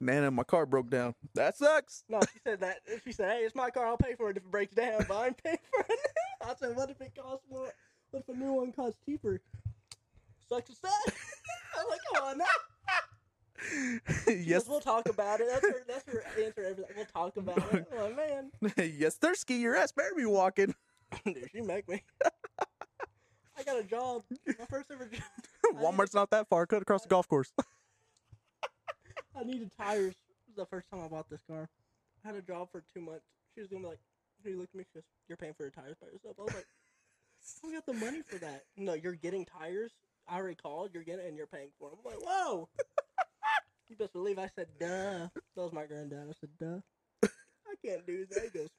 [SPEAKER 2] Nana, my car broke down. That sucks.
[SPEAKER 1] no, she said that. She said, "Hey, it's my car. I'll pay for it if it breaks down, but I ain't paying for it." I said, "What if it costs more? What if a new one costs cheaper?" Sucks as that. I'm like, "Come on now." She
[SPEAKER 2] yes,
[SPEAKER 1] goes, we'll talk about it. That's her. That's her answer. to Everything. We'll talk about it. I'm like, man,
[SPEAKER 2] yes, thirsty. Your ass better be walking.
[SPEAKER 1] dude, she make me. I got a job. My first ever job.
[SPEAKER 2] Walmart's not that far. Cut across the golf course.
[SPEAKER 1] I needed tires. This is the first time I bought this car. I had a job for two months. She was gonna be like, she looked at me, she goes, You're paying for your tires by yourself. I was like, I got the money for that. No, you're getting tires. I already called, you're getting and you're paying for them. I'm like, Whoa! you best believe I said, Duh. That was my granddad. I said, Duh. I can't do that. He goes,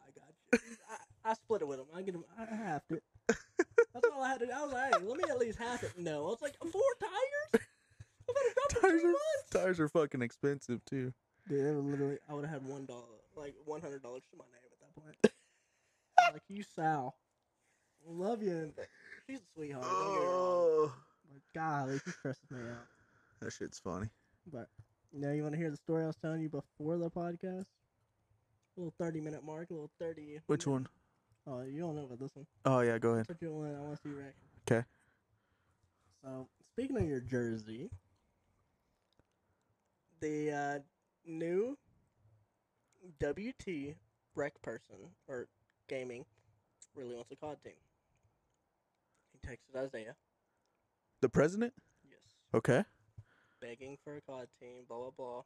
[SPEAKER 1] I got you. I, I split it with him. I get him, I halved it. That's all I had to do. I was like, hey, let me at least half it. No. I was like, Four tires? I've had a job for two
[SPEAKER 2] Tires are,
[SPEAKER 1] months.
[SPEAKER 2] tires are fucking expensive too.
[SPEAKER 1] Dude, that would literally, I would have had one dollar, like one hundred dollars to my name at that point. I'm like you, Sal, love you. She's a sweetheart. Don't get me
[SPEAKER 2] Oh.
[SPEAKER 1] wrong. But golly, she stresses me out.
[SPEAKER 2] that shit's funny.
[SPEAKER 1] But now you want to hear the story I was telling you before the podcast? little thirty minute mark, little thirty.
[SPEAKER 2] Which one?
[SPEAKER 1] Oh, you don't know about this one.
[SPEAKER 2] Oh yeah, go ahead.
[SPEAKER 1] That's what you want. I want to see your reaction.
[SPEAKER 2] 'Kay.
[SPEAKER 1] So speaking of your jersey, the uh, new WT rec person or gaming really wants a COD team. He texted Isaiah,
[SPEAKER 2] The president?
[SPEAKER 1] yes,
[SPEAKER 2] Okay.
[SPEAKER 1] begging for a COD team, blah blah blah.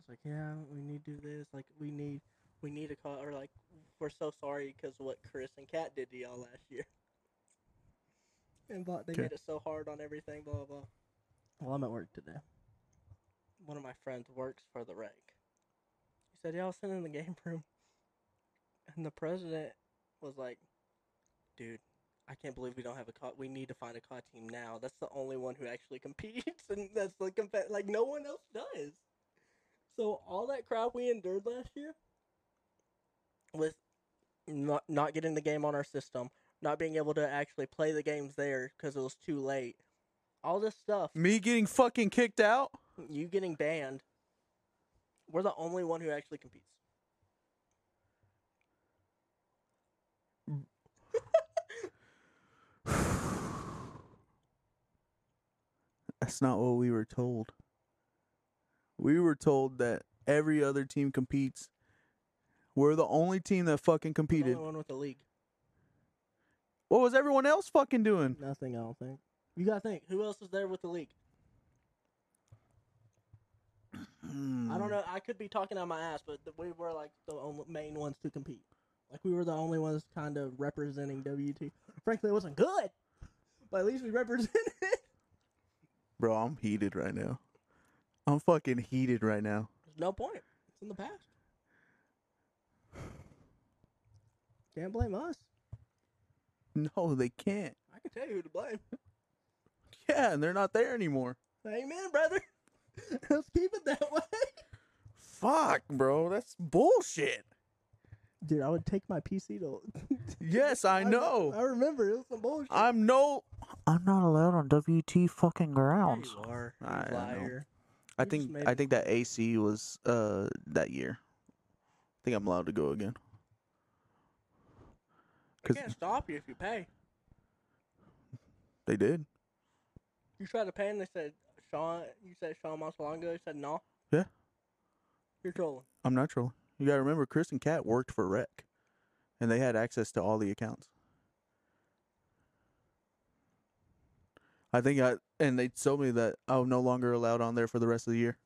[SPEAKER 1] It's like, yeah, we need to do this. Like, we need, we need a COD, or like, we're so sorry because what Chris and Kat did to y'all last year. And blah, they
[SPEAKER 2] Okay.
[SPEAKER 1] made it so hard on everything, blah blah. blah. Well, I'm at work today. One of my friends works for the rec. He said, "Yeah, I was sitting in the game room, and the president was like, dude." I can't believe we don't have a COD. We need to find a COD team now. That's the only one who actually competes, and that's the compa- like no one else does. So all that crap we endured last year with not not getting the game on our system, not being able to actually play the games there because it was too late, all this stuff,
[SPEAKER 2] Me getting fucking kicked out?
[SPEAKER 1] you getting banned. We're the only one who actually competes.
[SPEAKER 2] That's not what we were told. We were told that every other team competes. We're the only team that fucking
[SPEAKER 1] We're the
[SPEAKER 2] competed.
[SPEAKER 1] only one with the league.
[SPEAKER 2] What was everyone else fucking doing?
[SPEAKER 1] Nothing, I don't think. You gotta think. Who else is there with the league?
[SPEAKER 2] Hmm.
[SPEAKER 1] I
[SPEAKER 2] Mm.
[SPEAKER 1] don't know. I could be talking out my ass, but th- we were like the only main ones to compete. Like we were the only ones kind of representing WT. Frankly, it wasn't good, but at least we represented. it.
[SPEAKER 2] Bro, I'm heated right now. I'm fucking heated right now.
[SPEAKER 1] There's no point. It's in the past. Can't blame us.
[SPEAKER 2] No, they can't.
[SPEAKER 1] I can tell you who to blame.
[SPEAKER 2] Yeah, and they're not there anymore.
[SPEAKER 1] Amen, brother. Let's keep it that way.
[SPEAKER 2] Fuck, bro. That's bullshit.
[SPEAKER 1] Dude, I would take my PC to.
[SPEAKER 2] Yes, I know.
[SPEAKER 1] I remember it was some bullshit.
[SPEAKER 2] I'm no. I'm not allowed on WT fucking
[SPEAKER 1] Yeah,
[SPEAKER 2] grounds.
[SPEAKER 1] you are. You
[SPEAKER 2] I don't know.
[SPEAKER 1] liar.
[SPEAKER 2] I
[SPEAKER 1] You just
[SPEAKER 2] think
[SPEAKER 1] made
[SPEAKER 2] I
[SPEAKER 1] it.
[SPEAKER 2] think that AC was uh that year. I think I'm allowed to go again.
[SPEAKER 1] I
[SPEAKER 2] 'Cause
[SPEAKER 1] can't stop you if you pay.
[SPEAKER 2] they did.
[SPEAKER 1] You tried to pay and they said Sean you said Sean Montalongo, you said no.
[SPEAKER 2] Yeah.
[SPEAKER 1] You're trolling.
[SPEAKER 2] I'm not trolling. You gotta remember, Chris and Kat worked for Rec, and they had access to all the accounts. I think I and they told me that I'm no longer allowed on there for the rest of the year.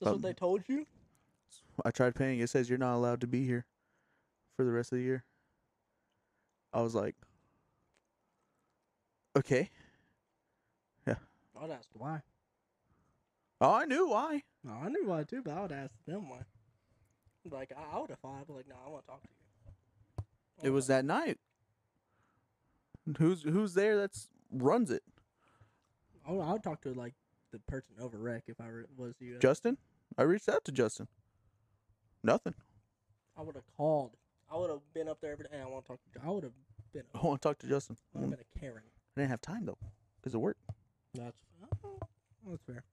[SPEAKER 1] That's
[SPEAKER 2] Um,
[SPEAKER 1] what they told you?
[SPEAKER 2] I tried paying. It says you're not allowed to be here for the rest of the year. I was like, okay.
[SPEAKER 1] I would ask why.
[SPEAKER 2] Oh, I knew why.
[SPEAKER 1] No, I knew why too, but I would ask them why. Like I, I would have thought, but like, no, I want to talk to you. I
[SPEAKER 2] It was
[SPEAKER 1] wanna-
[SPEAKER 2] that night. Who's who's there? That's runs it.
[SPEAKER 1] I would, I would talk to like the person over rec if I were- was you.
[SPEAKER 2] Justin. I reached out to Justin. Nothing.
[SPEAKER 1] I would have called. I would have been up there every day. I want to talk. to you. I would have been.
[SPEAKER 2] I
[SPEAKER 1] I
[SPEAKER 2] want to talk to Justin. I
[SPEAKER 1] would have been a Karen.
[SPEAKER 2] didn't have time though, cause it worked.
[SPEAKER 1] That's Oh, that's fair.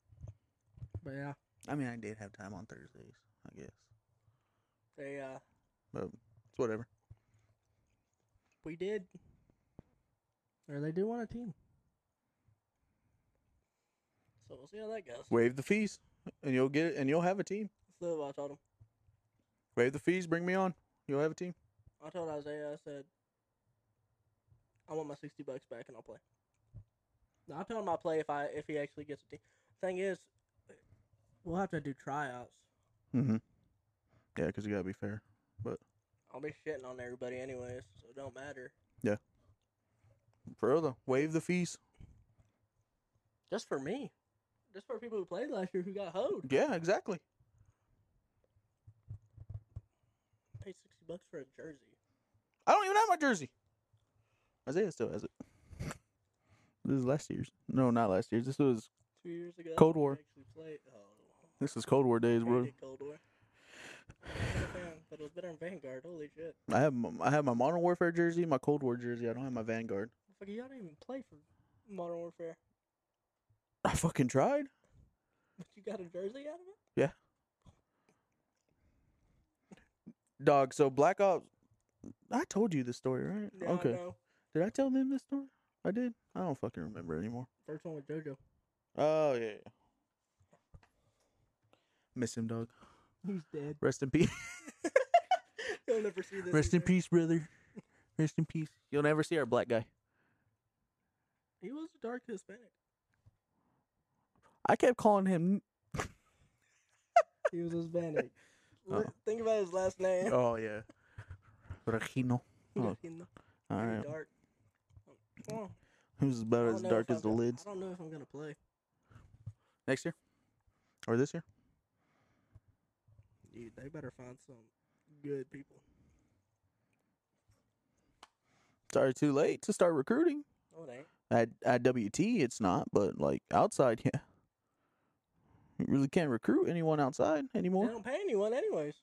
[SPEAKER 1] But yeah,
[SPEAKER 2] I mean, I did have time on Thursdays, I guess.
[SPEAKER 1] they uh,
[SPEAKER 2] But it's whatever.
[SPEAKER 1] we did. Or they do want a team. So we'll see how that goes.
[SPEAKER 2] Waive the fees, and you'll get it, and you'll have a team.
[SPEAKER 1] So I told him.
[SPEAKER 2] Waive the fees. Bring me on. You'll have a team.
[SPEAKER 1] I told Isaiah. I said, I want my sixty bucks back, and I'll play. Now, I told him I'll play if I if he actually gets a team. Thing is, we'll have to do tryouts.
[SPEAKER 2] Mm-hmm. Yeah, cause you gotta be fair.
[SPEAKER 1] I'll be shitting on everybody anyways, so it don't matter.
[SPEAKER 2] For real though, waive the fees.
[SPEAKER 1] Just for me, just for people who played last year who got hoed,
[SPEAKER 2] Yeah, exactly.
[SPEAKER 1] paid sixty bucks for a jersey.
[SPEAKER 2] I don't even have my jersey. Isaiah still has it. This is last year's. No, not last year's. This was
[SPEAKER 1] Two years ago,
[SPEAKER 2] Cold War.
[SPEAKER 1] Actually played. Oh,
[SPEAKER 2] this is Cold War days, bro.
[SPEAKER 1] hated Cold War. Not a fan, but it was better than Vanguard. Holy shit!
[SPEAKER 2] I have m- I have my Modern Warfare jersey, my Cold War jersey. I don't have my Vanguard.
[SPEAKER 1] Fuck, y'all didn't even play for Modern Warfare,
[SPEAKER 2] I fucking tried.
[SPEAKER 1] but you got a jersey out of it.
[SPEAKER 2] Dog, so Black Ops I told you this story, right?
[SPEAKER 1] Yeah, I
[SPEAKER 2] okay.
[SPEAKER 1] know.
[SPEAKER 2] Did I tell them this story? I did. I don't fucking remember anymore.
[SPEAKER 1] First one with JoJo.
[SPEAKER 2] Oh yeah. yeah. Miss him, dog.
[SPEAKER 1] He's dead.
[SPEAKER 2] Rest in peace.
[SPEAKER 1] You'll never see this.
[SPEAKER 2] Rest in
[SPEAKER 1] either.
[SPEAKER 2] peace, brother. Rest in peace. You'll never see our black guy.
[SPEAKER 1] He was a dark Hispanic.
[SPEAKER 2] I kept calling him.
[SPEAKER 1] He was Hispanic.
[SPEAKER 2] Oh.
[SPEAKER 1] Look- Think about his last name.
[SPEAKER 2] Oh yeah. Regino. oh.
[SPEAKER 1] You know,
[SPEAKER 2] All
[SPEAKER 1] very
[SPEAKER 2] right.
[SPEAKER 1] Dark. Oh,
[SPEAKER 2] Who's
[SPEAKER 1] I
[SPEAKER 2] about
[SPEAKER 1] don't
[SPEAKER 2] as
[SPEAKER 1] know
[SPEAKER 2] dark
[SPEAKER 1] if
[SPEAKER 2] as the
[SPEAKER 1] I'm go-
[SPEAKER 2] lids?
[SPEAKER 1] I don't know if I'm gonna play.
[SPEAKER 2] Next year, or this year?
[SPEAKER 1] Dude, they better find some good people.
[SPEAKER 2] It's already too late to start recruiting.
[SPEAKER 1] No, it ain't.
[SPEAKER 2] At at WT, it's not, but like outside, yeah. You really can't recruit anyone outside
[SPEAKER 1] They
[SPEAKER 2] anymore.
[SPEAKER 1] don't pay anyone, anyways.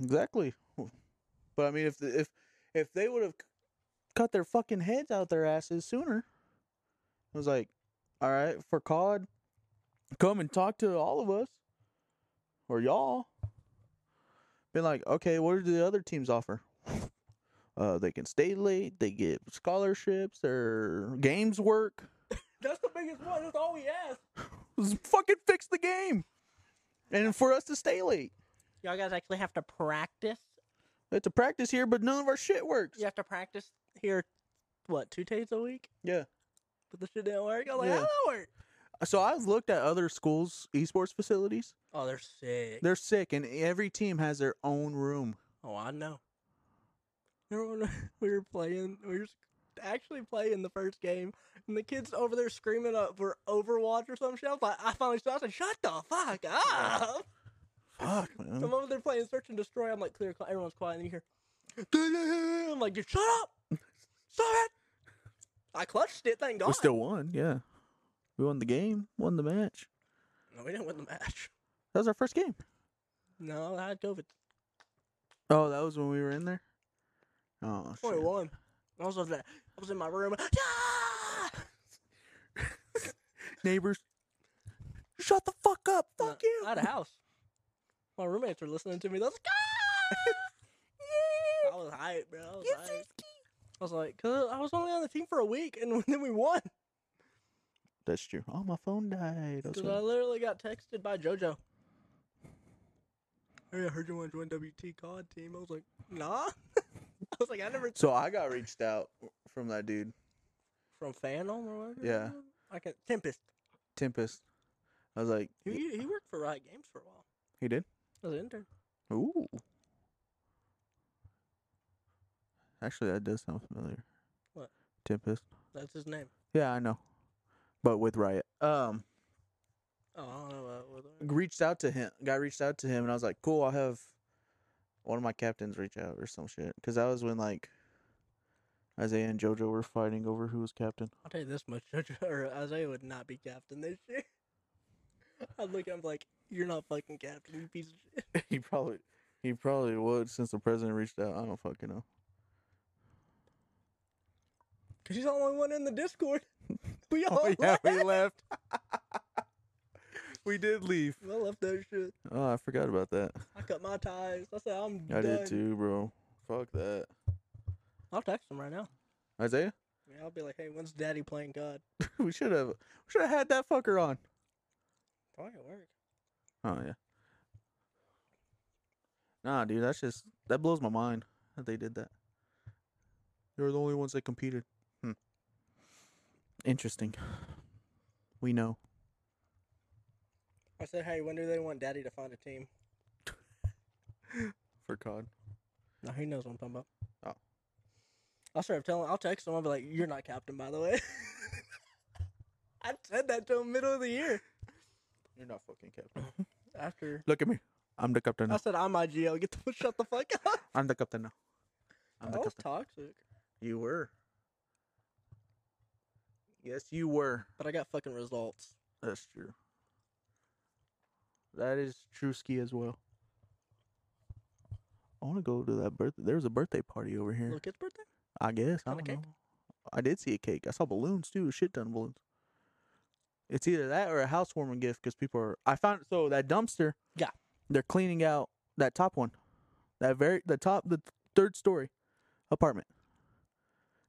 [SPEAKER 2] Exactly. But I mean, if the, if if they would have c- cut their fucking heads out their asses sooner, I was like, all right, for COD, come and talk to all of us or y'all. Been like, okay, what do the other teams offer? Uh, they can stay late. They get scholarships. Their games work.
[SPEAKER 1] That's the biggest one. That's all we ask.
[SPEAKER 2] Just fucking fix the game, and for us to stay late.
[SPEAKER 1] Y'all guys actually have to practice.
[SPEAKER 2] We have to practice here, but none of our shit works.
[SPEAKER 1] You have to practice here, what, two days a week?
[SPEAKER 2] yeah.
[SPEAKER 1] But the shit didn't work. I was like,
[SPEAKER 2] Yeah.
[SPEAKER 1] how that work?
[SPEAKER 2] So I've looked at other schools' esports facilities.
[SPEAKER 1] Oh, they're sick.
[SPEAKER 2] They're sick, and every team has their own room.
[SPEAKER 1] Oh, I know. Remember when we were playing? We were s- actually playing the first game, and the kids over there screaming up for Overwatch or some shit. I, was like, I finally stopped and shut the fuck up.
[SPEAKER 2] Fuck,
[SPEAKER 1] The
[SPEAKER 2] man.
[SPEAKER 1] moment they're playing Search and Destroy, I'm like, clear, clear everyone's quiet, and you hear, I'm like, just shut up, stop it. I clutched it, thank God.
[SPEAKER 2] We still won, yeah. We won the game, won the match.
[SPEAKER 1] no, we didn't win the match.
[SPEAKER 2] That was our first game.
[SPEAKER 1] No, I had COVID.
[SPEAKER 2] Oh, that was when we were in there? Oh, shit.
[SPEAKER 1] Only one. I was over there. I was in my room. Yeah!
[SPEAKER 2] Neighbors. Shut the fuck up. Fuck
[SPEAKER 1] Uh,
[SPEAKER 2] you.
[SPEAKER 1] I had a house. My roommates were listening to me. They was like, "Ah!" I was hyped, bro. I was,
[SPEAKER 2] You
[SPEAKER 1] hyped. I was like, cause I was only on the team for a week, and then we won.
[SPEAKER 2] That's true. Oh, my phone died. That's
[SPEAKER 1] Because
[SPEAKER 2] what-
[SPEAKER 1] I literally got texted by JoJo. Hey, I heard you want to join WT COD team. I was like, nah. I was like, I never
[SPEAKER 2] So I got reached out from that dude,
[SPEAKER 1] from Phantom or whatever.
[SPEAKER 2] Yeah.
[SPEAKER 1] I can Tempest.
[SPEAKER 2] Tempest. I was like,
[SPEAKER 1] He, he worked for Riot Games for a while.
[SPEAKER 2] he did?
[SPEAKER 1] As an intern.
[SPEAKER 2] Ooh. Actually, that does sound familiar.
[SPEAKER 1] What?
[SPEAKER 2] Tempest.
[SPEAKER 1] That's his name.
[SPEAKER 2] Yeah, I know. But with Riot. Um,
[SPEAKER 1] Oh, I don't know about what.
[SPEAKER 2] reached out to him. Guy reached out to him, and I was like, cool, I'll have one of my captains reach out or some shit. Because that was when, like, Isaiah and JoJo were fighting over who was captain.
[SPEAKER 1] I'll tell you this much, JoJo or Isaiah would not be captain this year. I'd look at him like, You're not fucking captain, you piece of shit.
[SPEAKER 2] he probably. He probably would since the president reached out. I don't fucking know.
[SPEAKER 1] Cause he's the only one in the Discord. We all
[SPEAKER 2] Oh, yeah,
[SPEAKER 1] left.
[SPEAKER 2] we left. we did leave.
[SPEAKER 1] I left that shit.
[SPEAKER 2] Oh, I forgot about that.
[SPEAKER 1] I cut my ties. I said I'm done.
[SPEAKER 2] I did too, bro. Fuck that.
[SPEAKER 1] I'll text him right now.
[SPEAKER 2] Isaiah,
[SPEAKER 1] Yeah, I'll be like, Hey, when's Daddy playing God?
[SPEAKER 2] we should have we should have had that fucker on.
[SPEAKER 1] Probably at work.
[SPEAKER 2] Oh yeah. Nah, dude, that's just that blows my mind that they did that. They were the only ones that competed. Hmm. Interesting. We know.
[SPEAKER 1] I said, Hey, when do they want Daddy to find a team?
[SPEAKER 2] For COD.
[SPEAKER 1] No, he knows what I'm talking about.
[SPEAKER 2] Oh.
[SPEAKER 1] I'll start telling I'll text him, I'll be like, You're not captain by the way. I said that to him middle of the year.
[SPEAKER 2] You're not fucking captain.
[SPEAKER 1] After
[SPEAKER 2] Look at me. I'm the captain
[SPEAKER 1] I
[SPEAKER 2] now.
[SPEAKER 1] said I'm IGL. Get the shut the fuck up.
[SPEAKER 2] I'm the captain now. I'm the
[SPEAKER 1] That was
[SPEAKER 2] captain.
[SPEAKER 1] toxic.
[SPEAKER 2] You were. Yes, you were.
[SPEAKER 1] But I got fucking results.
[SPEAKER 2] That's true. That is true ski as well. I want to go to that birthday. There was a birthday party over here.
[SPEAKER 1] Little kid's birthday.
[SPEAKER 2] I guess I
[SPEAKER 1] on a
[SPEAKER 2] don't
[SPEAKER 1] cake?
[SPEAKER 2] know. I did see a cake. I saw balloons too. a Shit ton of balloons. It's either that or a housewarming gift because people are. I found so that dumpster.
[SPEAKER 1] Yeah.
[SPEAKER 2] They're cleaning out that top one, that very the top the third story. apartment.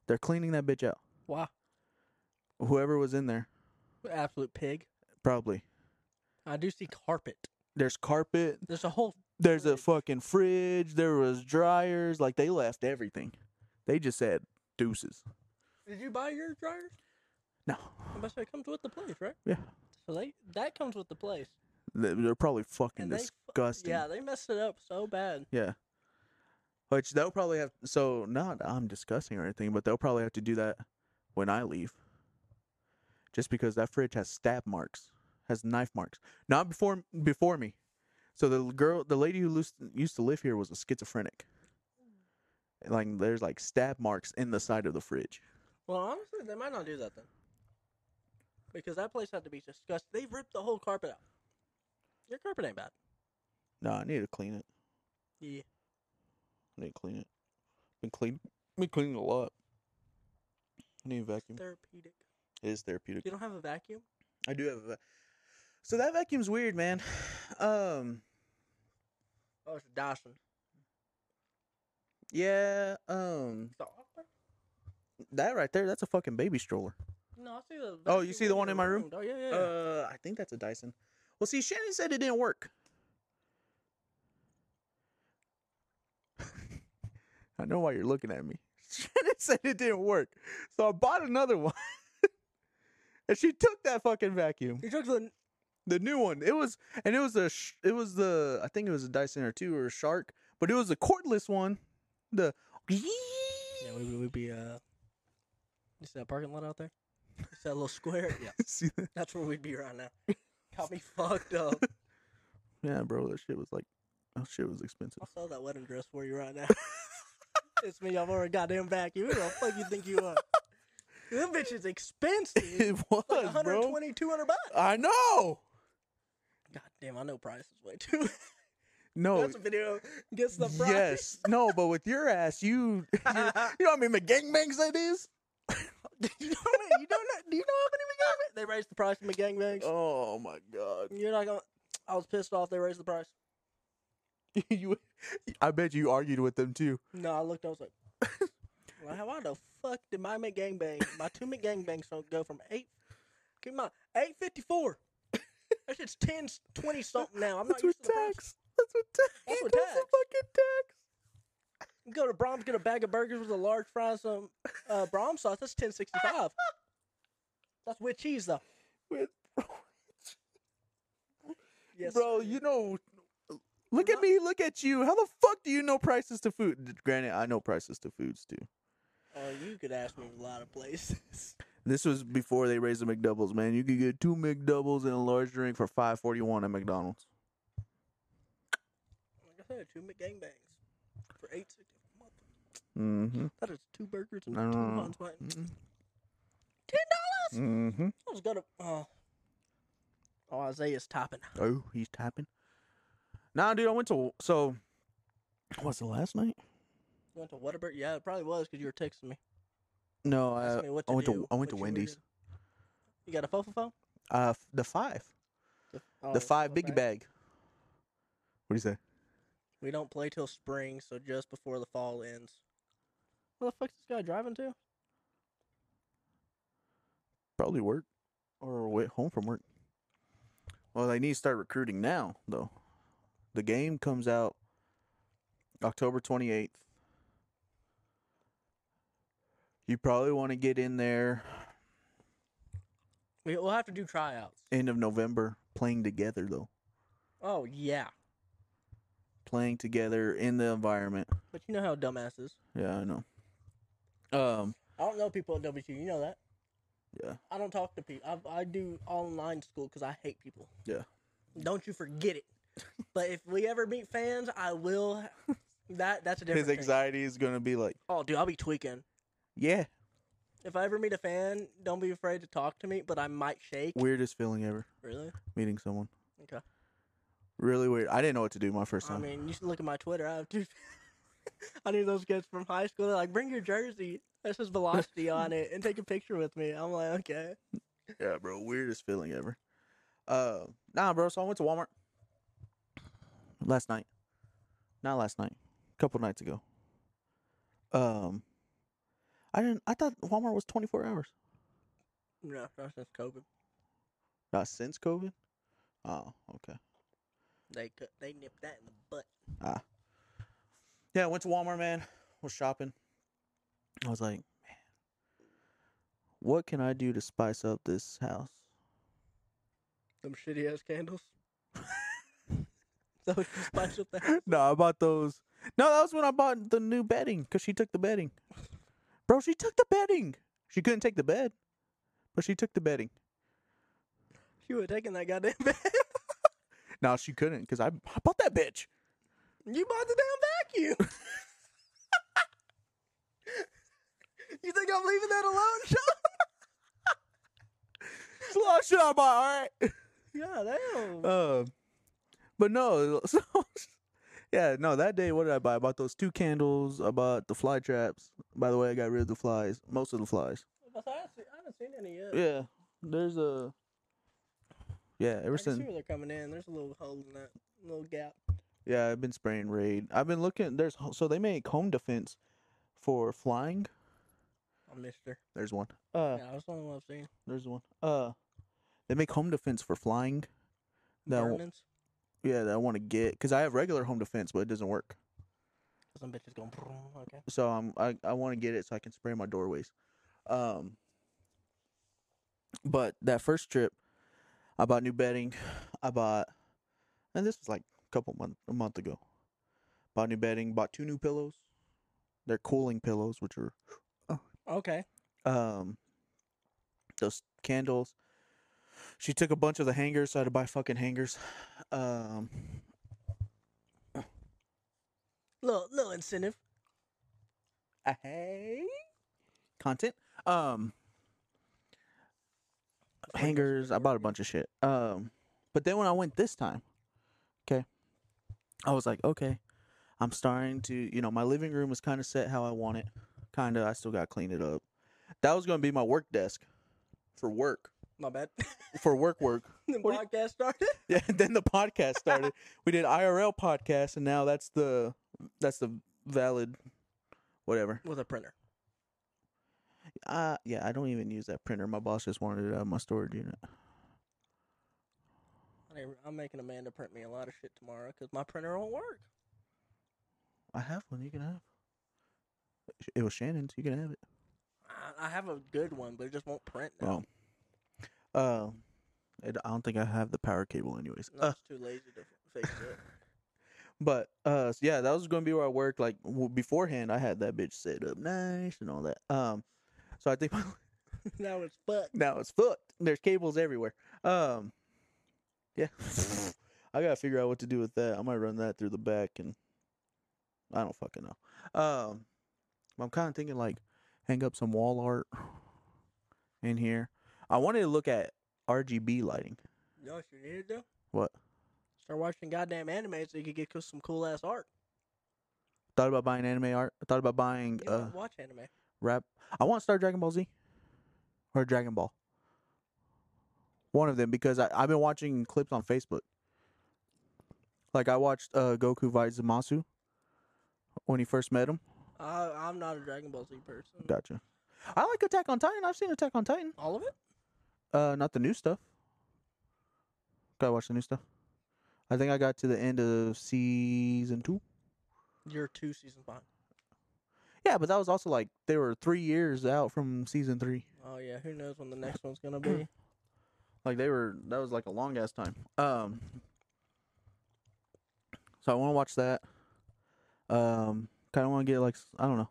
[SPEAKER 2] They're cleaning that bitch out.
[SPEAKER 1] Wow.
[SPEAKER 2] Whoever was in there,
[SPEAKER 1] Absolute pig.
[SPEAKER 2] probably.
[SPEAKER 1] I do see carpet.
[SPEAKER 2] There's carpet.
[SPEAKER 1] There's a whole
[SPEAKER 2] There's a
[SPEAKER 1] Fridge.
[SPEAKER 2] fucking fridge. There was dryers. Like they left everything. They just said deuces.
[SPEAKER 1] Did you buy your dryer?
[SPEAKER 2] No.
[SPEAKER 1] I'm about to say it comes with the place, right?
[SPEAKER 2] Yeah.
[SPEAKER 1] So they that comes with the place.
[SPEAKER 2] They- They're probably fucking
[SPEAKER 1] And they fu-
[SPEAKER 2] disgusting.
[SPEAKER 1] Yeah, they messed it up so bad.
[SPEAKER 2] Yeah. Which they'll probably have. So not I'm discussing or anything, but they'll probably have to do that when I leave. Just because that fridge has stab marks, has knife marks. Not before before me. So the girl, the lady who loos- used to live here was a schizophrenic. And, Like there's like stab marks in the side of the fridge.
[SPEAKER 1] Well, honestly, they might not do that then. Because that place had to be disgusting. They ripped the whole carpet out. Your carpet ain't bad.
[SPEAKER 2] No, I need to clean it.
[SPEAKER 1] Yeah.
[SPEAKER 2] I need to clean it. Been clean, been cleaning a lot. I need a vacuum.
[SPEAKER 1] Therapeutic.
[SPEAKER 2] It is therapeutic.
[SPEAKER 1] You don't have a vacuum?
[SPEAKER 2] I do have a. va- So that vacuum's weird, man. Um,
[SPEAKER 1] Oh, it's a Dyson.
[SPEAKER 2] yeah, um,
[SPEAKER 1] It's the-
[SPEAKER 2] that right there, that's a fucking baby stroller.
[SPEAKER 1] No, I see the.
[SPEAKER 2] Oh, you
[SPEAKER 1] vacuum
[SPEAKER 2] see the
[SPEAKER 1] in
[SPEAKER 2] one
[SPEAKER 1] your
[SPEAKER 2] in my room?
[SPEAKER 1] Oh, yeah, yeah. yeah.
[SPEAKER 2] Uh, I think that's a Dyson. Well, see, Shannon said it didn't work. I know why you're looking at me. Shannon said it didn't work, so I bought another one, and she took that fucking vacuum.
[SPEAKER 1] you took the.
[SPEAKER 2] The new one. It was and it was a sh- it was the I think it was a Dyson or two or a Shark, but it was the cordless one. The
[SPEAKER 1] Yeah, we would be. uh You see that parking lot out there? You see that little square? Yeah.
[SPEAKER 2] See that?
[SPEAKER 1] That's where we'd be right now. Got me fucked up.
[SPEAKER 2] yeah, bro, that shit was like that shit was expensive.
[SPEAKER 1] I sell that wedding dress for you right now. it's me. I'm already goddamn back. You who the fuck you think you are? Them bitches expensive.
[SPEAKER 2] It was,
[SPEAKER 1] Like
[SPEAKER 2] bro.
[SPEAKER 1] 120, 200 bucks.
[SPEAKER 2] I know.
[SPEAKER 1] God damn, I know price is way too.
[SPEAKER 2] No.
[SPEAKER 1] That's a video. Gets the price.
[SPEAKER 2] Oh, Yes. No, but with your ass, you you, you know what I mean, the gangbangs that is?
[SPEAKER 1] Did you know how many- you don't know, do you know how many we got? They raised the price in the gangbangs.
[SPEAKER 2] Oh my god.
[SPEAKER 1] You're not gonna. I was pissed off. They raised the price.
[SPEAKER 2] you I bet you argued with them too.
[SPEAKER 1] No, I looked. I was like, well, how why the fuck did my McGangbang, my two McGangbangs don't go from eight? Keep in mind, eight fifty four. That shit's 10, 20 something now. I'm not
[SPEAKER 2] That's
[SPEAKER 1] used to
[SPEAKER 2] with
[SPEAKER 1] the price.
[SPEAKER 2] tax. That's with tax.
[SPEAKER 1] That's with
[SPEAKER 2] That's the
[SPEAKER 1] tax.
[SPEAKER 2] fucking tax.
[SPEAKER 1] Go to Brahms, get a bag of burgers with a large fries, some uh, Brahms sauce. That's ten sixty five. That's with cheese though.
[SPEAKER 2] With
[SPEAKER 1] Yes,
[SPEAKER 2] bro
[SPEAKER 1] sir. Uh-huh.
[SPEAKER 2] you know look at
[SPEAKER 1] not-
[SPEAKER 2] me look at you how the fuck do you know prices to food D- granted i know prices to foods too
[SPEAKER 1] Oh, you could ask me a lot of places.
[SPEAKER 2] this was before they raised the mcdoubles man you could get two mcdoubles and a large drink for 541 at mcdonald's
[SPEAKER 1] like I said, two McGangbangs for eight sixty.
[SPEAKER 2] mm-hmm
[SPEAKER 1] That is two burgers and
[SPEAKER 2] I
[SPEAKER 1] two
[SPEAKER 2] don't know.
[SPEAKER 1] Heinz White.
[SPEAKER 2] Mm.
[SPEAKER 1] Ten dollars.
[SPEAKER 2] mm-hmm
[SPEAKER 1] I was gonna. Uh, oh, Isaiah's topping.
[SPEAKER 2] oh he's tapping nah dude i went to so was it last night
[SPEAKER 1] You went to Whataburger? Yeah, it probably was because you were texting me.
[SPEAKER 2] no
[SPEAKER 1] Asking
[SPEAKER 2] i,
[SPEAKER 1] me what
[SPEAKER 2] Uh, I
[SPEAKER 1] to
[SPEAKER 2] went
[SPEAKER 1] do,
[SPEAKER 2] to i went
[SPEAKER 1] what
[SPEAKER 2] to
[SPEAKER 1] you were
[SPEAKER 2] wendy's
[SPEAKER 1] doing. You got a fofo phone?
[SPEAKER 2] uh f- the five
[SPEAKER 1] Oh,
[SPEAKER 2] the five biggie bag what do you say
[SPEAKER 1] We don't play till spring, so just before the fall ends. Where the fuck's this guy driving to?
[SPEAKER 2] Probably work or wait home from work. Well, they need to start recruiting now, though. The game comes out October 28th. You probably want to get in there
[SPEAKER 1] We, we'll have to do tryouts.
[SPEAKER 2] end of November playing together, though.
[SPEAKER 1] Oh yeah,
[SPEAKER 2] Playing together in the environment.
[SPEAKER 1] but you know how dumbass is.
[SPEAKER 2] Yeah, I know. Um,
[SPEAKER 1] I don't know people at WQ. You know that.
[SPEAKER 2] yeah.
[SPEAKER 1] I don't talk to people. I, I do online school because I hate people.
[SPEAKER 2] Yeah.
[SPEAKER 1] Don't you forget it. but if we ever meet fans, I will. That that's a different.
[SPEAKER 2] His
[SPEAKER 1] thing.
[SPEAKER 2] anxiety is going to be like,
[SPEAKER 1] Oh, dude, I'll be tweaking.
[SPEAKER 2] yeah,
[SPEAKER 1] If I ever meet a fan, don't be afraid to talk to me, but I might shake.
[SPEAKER 2] weirdest feeling ever
[SPEAKER 1] Really?
[SPEAKER 2] meeting someone.
[SPEAKER 1] Okay.
[SPEAKER 2] Really weird. I didn't know what to do my first
[SPEAKER 1] I
[SPEAKER 2] time.
[SPEAKER 1] mean, you should look at my Twitter. I have two. I knew those kids from high school. They're like, bring your jersey. That says Velocity on it and take a picture with me. I'm like, okay.
[SPEAKER 2] Yeah, bro, weirdest feeling ever. Uh, nah, bro. So I went to Walmart last night. Not last night. A couple nights ago. Um, I didn't. I thought Walmart was twenty four hours.
[SPEAKER 1] No, not since COVID.
[SPEAKER 2] Not since COVID. Oh, okay.
[SPEAKER 1] They cut, they nipped that in the butt.
[SPEAKER 2] Yeah, I went to Walmart, man. Was shopping. I was like, man, what can I do to spice up this house?
[SPEAKER 1] Them shitty ass candles. so you spice up the house.
[SPEAKER 2] no, I bought those. No, that was when I bought the new bedding because she took the bedding. Bro, she took the bedding. She couldn't take the bed, but she took the bedding.
[SPEAKER 1] You were taking that goddamn bed.
[SPEAKER 2] No, she couldn't because I, I bought that bitch.
[SPEAKER 1] you bought the damn vacuum. you think I'm leaving that alone, Sean?
[SPEAKER 2] It's a lot of shit I bought, all
[SPEAKER 1] Yeah, damn.
[SPEAKER 2] right? Um, but no, so yeah, no. That day, what did I buy? I bought those two candles. I bought the fly traps. By the way, I got rid of the flies, most of the flies.
[SPEAKER 1] But I, haven't seen, I haven't seen any yet.
[SPEAKER 2] Yeah, there's a yeah.
[SPEAKER 1] I can
[SPEAKER 2] Ever
[SPEAKER 1] see
[SPEAKER 2] since
[SPEAKER 1] where they're coming in. There's a little hole in that little gap.
[SPEAKER 2] Yeah, I've been spraying Raid. I've been looking. There's so they make home defense for flying.
[SPEAKER 1] I missed her.
[SPEAKER 2] There's one. Uh,
[SPEAKER 1] Yeah, that's the only one I've seen.
[SPEAKER 2] there's one. Uh, they make home defense for flying. That I wa-
[SPEAKER 1] Vermin's.
[SPEAKER 2] yeah, that I want to get because I have regular home defense, but it doesn't work.
[SPEAKER 1] Some bitches going. "Vroom," Okay.
[SPEAKER 2] So I'm I, I want to get it so I can spray my doorways. Um, but that first trip, I bought new bedding. I bought, and this was like a couple month a month ago. Bought new bedding. Bought two new pillows. They're cooling pillows, which are
[SPEAKER 1] Okay.
[SPEAKER 2] um those candles. She took a bunch of the hangers, so I had to buy fucking hangers. Um
[SPEAKER 1] Little little incentive. Uh,
[SPEAKER 2] hey content. Um hangers, I bought a bunch of shit. Um but then when I went this time, okay, I was like, okay, I'm starting to you know, my living room was kinda set how I want it. Kinda, I still gotta clean it up. That was gonna be my work desk for work.
[SPEAKER 1] My bad.
[SPEAKER 2] For work work.
[SPEAKER 1] the
[SPEAKER 2] What do you-
[SPEAKER 1] podcast started.
[SPEAKER 2] Yeah, then the podcast started. we did IRL podcast, and now that's the that's the valid, whatever.
[SPEAKER 1] With a printer.
[SPEAKER 2] Uh yeah, I don't even use that printer. My boss just wanted it out of my storage unit.
[SPEAKER 1] I need- I'm making Amanda print me a lot of shit tomorrow because my printer won't work.
[SPEAKER 2] I have one. You can have. It was Shannon's. You can have it.
[SPEAKER 1] I, I have a good one, but it just won't print now.
[SPEAKER 2] Well, um, it, I don't think I have the power cable, anyways.
[SPEAKER 1] And
[SPEAKER 2] Uh,
[SPEAKER 1] I'm just too lazy to fix it.
[SPEAKER 2] But uh so yeah, that was gonna be where I worked. Like w- beforehand, I had that bitch set up nice and all that. Um, so I think my
[SPEAKER 1] now it's fucked.
[SPEAKER 2] now it's fucked. There's cables everywhere. Um, yeah, I gotta figure out what to do with that. I might run that through the back, and I don't fucking know. Um, I'm kind of thinking like hang up some wall art in here. I wanted to look at RGB lighting.
[SPEAKER 1] You know what you need to do?
[SPEAKER 2] What?
[SPEAKER 1] Start watching goddamn anime so you can get co- some cool ass art.
[SPEAKER 2] Thought about buying anime art. Thought about buying
[SPEAKER 1] You
[SPEAKER 2] uh
[SPEAKER 1] don't watch anime.
[SPEAKER 2] rap. I want to start Dragon Ball Z or Dragon Ball. One of them because I, I've been watching clips on Facebook. Like I watched uh, Goku fight Zamasu when he first met him.
[SPEAKER 1] I, I'm not a Dragon Ball Z person.
[SPEAKER 2] Gotcha. I like Attack on Titan. I've seen Attack on Titan.
[SPEAKER 1] All of it?
[SPEAKER 2] Uh, not the new stuff. Gotta watch the new stuff. I think I got to the end of season two.
[SPEAKER 1] You're two seasons behind.
[SPEAKER 2] Yeah, but that was also like they were three years out from season three.
[SPEAKER 1] Oh yeah, who knows when the next one's gonna be?
[SPEAKER 2] Like they were that was like a long ass time. Um So I wanna watch that. Um kinda wanna get like s- I don't know.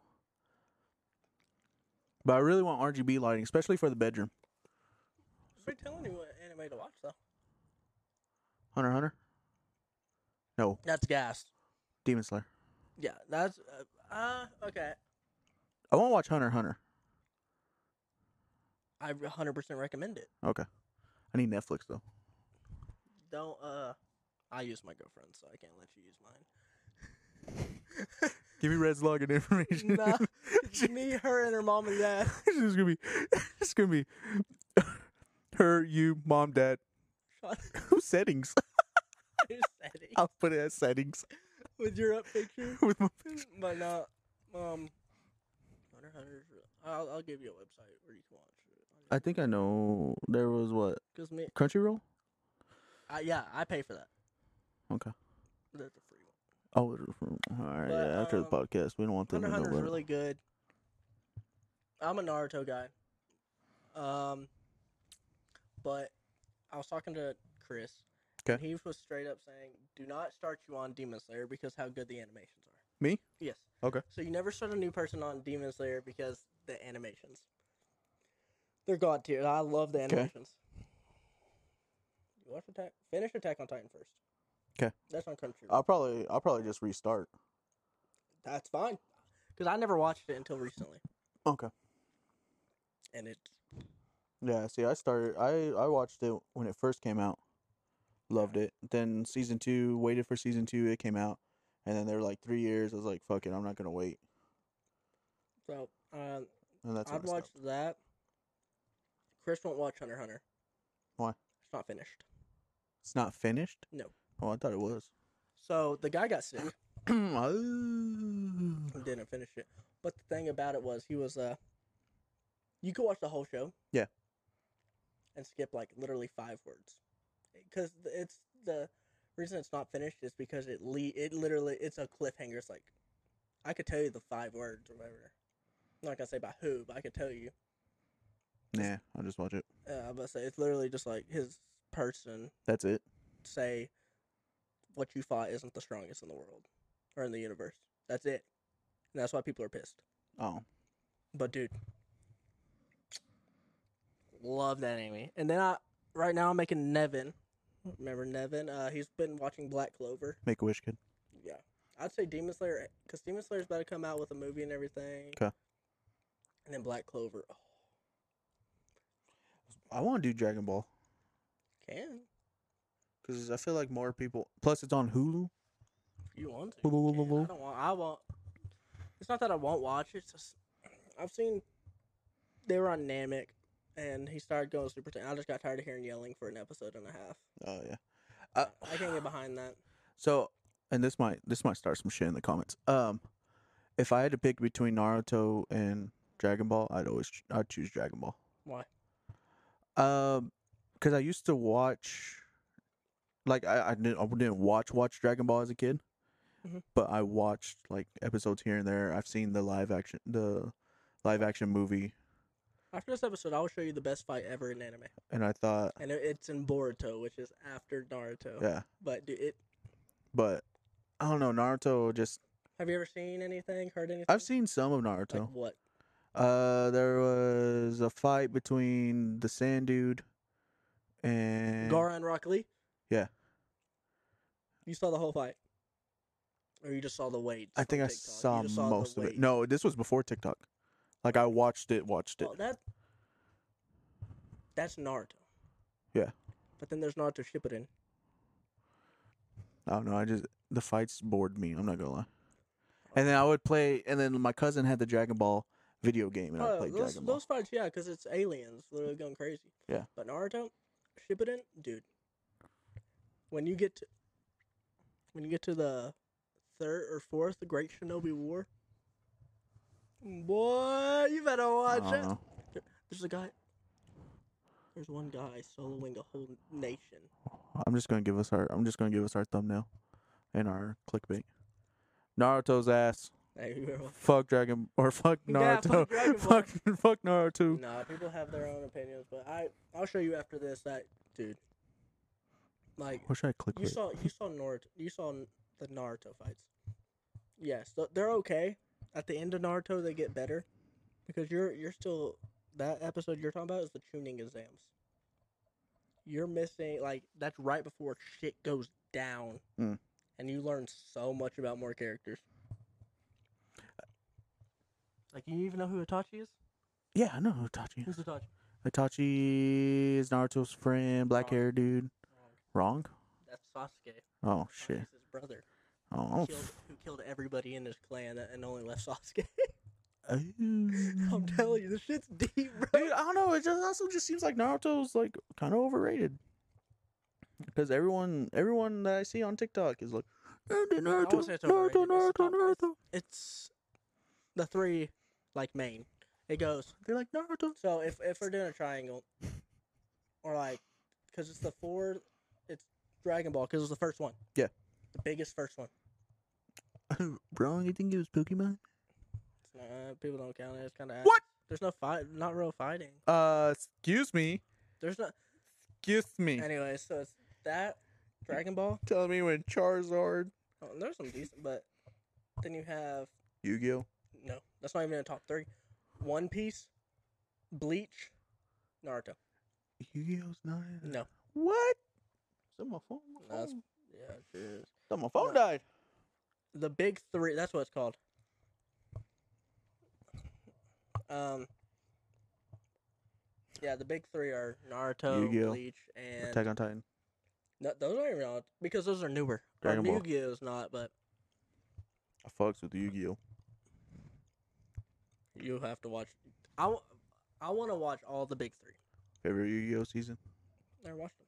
[SPEAKER 2] But I really want RGB lighting, especially for the bedroom.
[SPEAKER 1] I've been telling you what anime to watch though.
[SPEAKER 2] Hunter x Hunter? No,
[SPEAKER 1] That's gas.
[SPEAKER 2] Demon Slayer.
[SPEAKER 1] Yeah, that's uh, uh okay.
[SPEAKER 2] I wanna watch Hunter x Hunter.
[SPEAKER 1] I 100 percent recommend it.
[SPEAKER 2] Okay. I need Netflix though.
[SPEAKER 1] Don't uh, I use my girlfriend's, so I can't let you use mine.
[SPEAKER 2] Give me Red's login information.
[SPEAKER 1] No, it's me, her, and her mom and dad.
[SPEAKER 2] this is gonna be this is gonna be her, you, mom, dad.
[SPEAKER 1] Sean,
[SPEAKER 2] settings?
[SPEAKER 1] you're setting
[SPEAKER 2] Oh. I'll put it as settings
[SPEAKER 1] with your up picture,
[SPEAKER 2] with my
[SPEAKER 1] but no, um, Hunter's. I'll, I'll give you a website where you can watch it.
[SPEAKER 2] I think I know there was what
[SPEAKER 1] Cause me,
[SPEAKER 2] Crunchyroll.
[SPEAKER 1] I, yeah, I pay for that.
[SPEAKER 2] Okay.
[SPEAKER 1] That's a free one.
[SPEAKER 2] Oh, it was from- all right.
[SPEAKER 1] But,
[SPEAKER 2] yeah, after the
[SPEAKER 1] um,
[SPEAKER 2] podcast, we don't want them
[SPEAKER 1] Hunter
[SPEAKER 2] to
[SPEAKER 1] x
[SPEAKER 2] know.
[SPEAKER 1] Hunter's
[SPEAKER 2] about it.
[SPEAKER 1] really good. I'm a Naruto guy. Um, but I was talking to Chris. and He was straight up saying, "Do not start you on Demon Slayer because how good the animations are."
[SPEAKER 2] Me?
[SPEAKER 1] Yes.
[SPEAKER 2] Okay.
[SPEAKER 1] So you never start a new person on Demon Slayer because the animations. They're god tier. I love the
[SPEAKER 2] Okay.
[SPEAKER 1] animations. You watch Attack. Finish Attack on Titan first.
[SPEAKER 2] 'Kay.
[SPEAKER 1] That's on Crunchyroll.
[SPEAKER 2] I'll probably I'll probably just restart.
[SPEAKER 1] That's fine. Because I never watched it until recently,
[SPEAKER 2] Okay.
[SPEAKER 1] and it's
[SPEAKER 2] Yeah. See, I started. I I watched it when it first came out. Loved it. Then season two. Waited for season two. It came out, and then they were like three years. I was like, fuck it. I'm not gonna wait.
[SPEAKER 1] So um,
[SPEAKER 2] And that's when
[SPEAKER 1] I'd
[SPEAKER 2] I
[SPEAKER 1] watch
[SPEAKER 2] stopped.
[SPEAKER 1] that. Chris won't watch Hunter x Hunter.
[SPEAKER 2] Why?
[SPEAKER 1] It's not finished.
[SPEAKER 2] It's not finished.
[SPEAKER 1] No.
[SPEAKER 2] Oh, I thought it was.
[SPEAKER 1] So the guy got sick
[SPEAKER 2] Oh.
[SPEAKER 1] and didn't finish it. But the thing about it was he was uh you could watch the whole show.
[SPEAKER 2] Yeah.
[SPEAKER 1] And skip like literally five words. Cuz it's the reason it's not finished is because it le- it literally it's a cliffhanger. It's like I could tell you the five words or whatever. I'm not going to say by who, but I could tell you.
[SPEAKER 2] Nah, I'll just watch it.
[SPEAKER 1] Uh, I'm about to say it's literally just like his person
[SPEAKER 2] That's it.
[SPEAKER 1] say what you fought isn't the strongest in the world or in the universe. That's it. And that's why people are pissed.
[SPEAKER 2] Oh.
[SPEAKER 1] But dude, love that anime. And then I right now I'm making Nevin. Remember Nevin? Uh, he's been watching Black Clover.
[SPEAKER 2] Make a wish, kid.
[SPEAKER 1] Yeah, I'd say Demon Slayer because Demon Slayer's about to come out with a movie and everything.
[SPEAKER 2] 'Kay.
[SPEAKER 1] And then Black Clover. Oh,
[SPEAKER 2] I want to do Dragon Ball
[SPEAKER 1] can
[SPEAKER 2] because I feel like more people. Plus, it's on Hulu.
[SPEAKER 1] if you want to.
[SPEAKER 2] Whoa, whoa,
[SPEAKER 1] you
[SPEAKER 2] whoa,
[SPEAKER 1] can. I
[SPEAKER 2] whoa,
[SPEAKER 1] don't want. I won't. It's not that I won't watch. It's just I've seen they were on Namek, and he started going Super Saiyan. I just got tired of hearing yelling for an episode and a half.
[SPEAKER 2] Oh yeah. Uh,
[SPEAKER 1] I I can't get behind that.
[SPEAKER 2] So, and this might this might start some shit in the comments. Um, if I had to pick between Naruto and Dragon Ball, I'd always ch- I'd choose Dragon Ball.
[SPEAKER 1] Why?
[SPEAKER 2] Um, because I used to watch, like I I didn't, I didn't watch watch Dragon Ball as a kid,
[SPEAKER 1] Mhm.
[SPEAKER 2] but I watched like episodes here and there. I've seen the live action the live action movie,
[SPEAKER 1] After this episode, I will show you the best fight ever in anime,
[SPEAKER 2] and I thought,
[SPEAKER 1] and it- it's in Boruto, which is after Naruto.
[SPEAKER 2] yeah,
[SPEAKER 1] But dude, it.
[SPEAKER 2] but I don't know Naruto. Just
[SPEAKER 1] Have you ever seen anything? Heard anything?
[SPEAKER 2] I've seen some of
[SPEAKER 1] Like
[SPEAKER 2] Naruto.
[SPEAKER 1] what?
[SPEAKER 2] Uh, there was a fight between the Sand Dude and
[SPEAKER 1] Gara and Rock Lee.
[SPEAKER 2] Yeah.
[SPEAKER 1] You saw the whole fight, or you just saw the Wade?
[SPEAKER 2] I think I saw, most of it. No, this was before TikTok. Like I watched it, watched it.
[SPEAKER 1] Well, that that's Naruto.
[SPEAKER 2] Yeah.
[SPEAKER 1] But then there's Naruto Shippuden.
[SPEAKER 2] I don't know. I just the fights bored me. I'm not gonna lie.
[SPEAKER 1] Oh.
[SPEAKER 2] And then I would play. And then my cousin had the Dragon Ball video game, and I
[SPEAKER 1] Oh,
[SPEAKER 2] played
[SPEAKER 1] those,
[SPEAKER 2] Dragon Ball.
[SPEAKER 1] those fights, yeah, because it's aliens literally going crazy.
[SPEAKER 2] Yeah.
[SPEAKER 1] But Naruto Shippuden, dude. When you get to when you get to the third or fourth Great Shinobi War, boy, you better
[SPEAKER 2] I
[SPEAKER 1] watch
[SPEAKER 2] don't
[SPEAKER 1] it.
[SPEAKER 2] know.
[SPEAKER 1] There's a guy. There's one guy soloing a whole nation.
[SPEAKER 2] I'm just gonna give us our. I'm just gonna give us our thumbnail, and our clickbait. Naruto's ass.
[SPEAKER 1] Hey, you better watch-
[SPEAKER 2] Fuck Dragon or fuck
[SPEAKER 1] Yeah,
[SPEAKER 2] Naruto.
[SPEAKER 1] fuck Dragon Ball.
[SPEAKER 2] fuck, fuck Naruto.
[SPEAKER 1] Nah, people have their own opinions, but I I'll show you after this that dude. Like
[SPEAKER 2] What should I click?
[SPEAKER 1] you saw you saw Naruto you saw the Naruto fights. Yes, th- they're okay. At the end of Naruto, they get better because you're you're still that episode you're talking about is the tuning exams. You're missing like that's right before shit goes down,
[SPEAKER 2] Mm.
[SPEAKER 1] and you learn so much about more characters. Like you even know who Itachi is?
[SPEAKER 2] Yeah, I know Itachi.
[SPEAKER 1] Who's Itachi?
[SPEAKER 2] Itachi is Naruto's friend, black hair dude.
[SPEAKER 1] Oh,
[SPEAKER 2] Wrong?
[SPEAKER 1] That's Sasuke.
[SPEAKER 2] Oh
[SPEAKER 1] Sasuke's
[SPEAKER 2] shit.
[SPEAKER 1] his brother.
[SPEAKER 2] Oh.
[SPEAKER 1] Killed, who killed everybody in his clan and only left Sasuke. I'm
[SPEAKER 2] I'm
[SPEAKER 1] telling you, this shit's deep, bro.
[SPEAKER 2] oh. Dude, I don't know. It just also just seems like Naruto's like kind of overrated. Because everyone, everyone that I see on TikTok is like, Naruto,
[SPEAKER 1] wouldn't say
[SPEAKER 2] Naruto,
[SPEAKER 1] it's
[SPEAKER 2] Naruto,
[SPEAKER 1] overrated. It's
[SPEAKER 2] Naruto,
[SPEAKER 1] not-
[SPEAKER 2] Naruto.
[SPEAKER 1] It's the three like main. It goes.
[SPEAKER 2] They're like Naruto.
[SPEAKER 1] So if if we're doing a triangle, or like, because it's the four, it's Dragon Ball because it was the first one.
[SPEAKER 2] Yeah.
[SPEAKER 1] The biggest first one.
[SPEAKER 2] Wrong. You think it was Pokemon?
[SPEAKER 1] It's not- people don't count it. It's kind of
[SPEAKER 2] What?
[SPEAKER 1] There's no fight. Not real fighting.
[SPEAKER 2] Uh, excuse me.
[SPEAKER 1] There's not.
[SPEAKER 2] Excuse me.
[SPEAKER 1] Anyway, so it's that Dragon Ball.
[SPEAKER 2] Telling me when Charizard,
[SPEAKER 1] Oh, and there's some decent, but then you have
[SPEAKER 2] Yu-Gi-Oh.
[SPEAKER 1] no. That's not even in the top three. One Piece, Bleach, Naruto.
[SPEAKER 2] Yu-Gi-Oh's not. in it.
[SPEAKER 1] No.
[SPEAKER 2] What? So my phone.
[SPEAKER 1] No, it's- Yeah. it is.
[SPEAKER 2] so my
[SPEAKER 1] no.
[SPEAKER 2] phone died.
[SPEAKER 1] The big three. That's what it's called. Um. Yeah, the big three are Naruto,
[SPEAKER 2] Yu-Gi-Oh,
[SPEAKER 1] Bleach, and
[SPEAKER 2] Attack on Titan.
[SPEAKER 1] no, those aren't even on because those are newer.
[SPEAKER 2] Dragon Ball.
[SPEAKER 1] Yu-Gi-Oh is not, but
[SPEAKER 2] I fucks with Yu-Gi-Oh.
[SPEAKER 1] you have to watch. I, w- I want to watch all the big three.
[SPEAKER 2] Favorite Yu-Gi-Oh season.
[SPEAKER 1] Never watched them.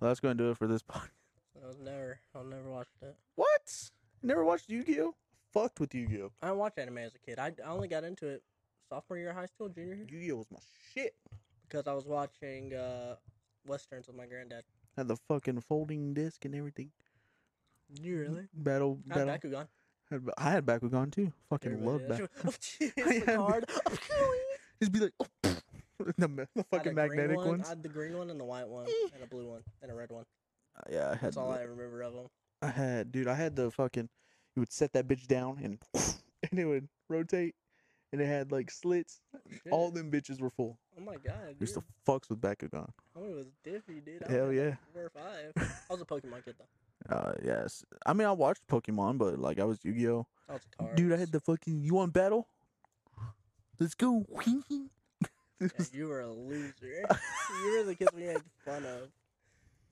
[SPEAKER 2] Well, that's gonna do it for this podcast.
[SPEAKER 1] So I was never. I'll never watch it.
[SPEAKER 2] What? Never watched Yu-Gi-Oh. Fucked with Yu-Gi-Oh.
[SPEAKER 1] I didn't watch anime as a kid. I, I only got into it sophomore year of high school, junior year,
[SPEAKER 2] Yu-Gi-Oh was my shit.
[SPEAKER 1] because I was watching uh, westerns with my granddad.
[SPEAKER 2] Had the fucking folding disc and everything.
[SPEAKER 1] You really?
[SPEAKER 2] Battle.
[SPEAKER 1] I had
[SPEAKER 2] Battle.
[SPEAKER 1] Bakugan.
[SPEAKER 2] Had- I had Bakugan too. Fucking
[SPEAKER 1] Everybody
[SPEAKER 2] love
[SPEAKER 1] did.
[SPEAKER 2] Bakugan.
[SPEAKER 1] It's
[SPEAKER 2] Yeah,
[SPEAKER 1] hard.
[SPEAKER 2] Just be like, oh, the,
[SPEAKER 1] I
[SPEAKER 2] ma- the
[SPEAKER 1] had a
[SPEAKER 2] fucking
[SPEAKER 1] green
[SPEAKER 2] magnetic
[SPEAKER 1] one,
[SPEAKER 2] ones.
[SPEAKER 1] I had the green one and the white one and a blue one and a red one.
[SPEAKER 2] Uh, yeah, I had.
[SPEAKER 1] That's all
[SPEAKER 2] the-
[SPEAKER 1] I remember of them.
[SPEAKER 2] I had, dude. I had the fucking. You would set that bitch down and and it would rotate, and it had like slits. All them bitches were full.
[SPEAKER 1] Oh my god.
[SPEAKER 2] Used
[SPEAKER 1] Dude.
[SPEAKER 2] to fucks with Bakugan.
[SPEAKER 1] Homie was diffy, dude. I
[SPEAKER 2] Hell
[SPEAKER 1] was like
[SPEAKER 2] yeah.
[SPEAKER 1] Four or five. I was a Pokemon kid though.
[SPEAKER 2] Uh, yes. I mean, I watched Pokemon, but like I was Yu Gi Oh.
[SPEAKER 1] I was a tar.
[SPEAKER 2] Dude, I had the fucking. You want battle? Let's go. This
[SPEAKER 1] Yeah,
[SPEAKER 2] was-
[SPEAKER 1] you were a loser. you were the kids we made fun of.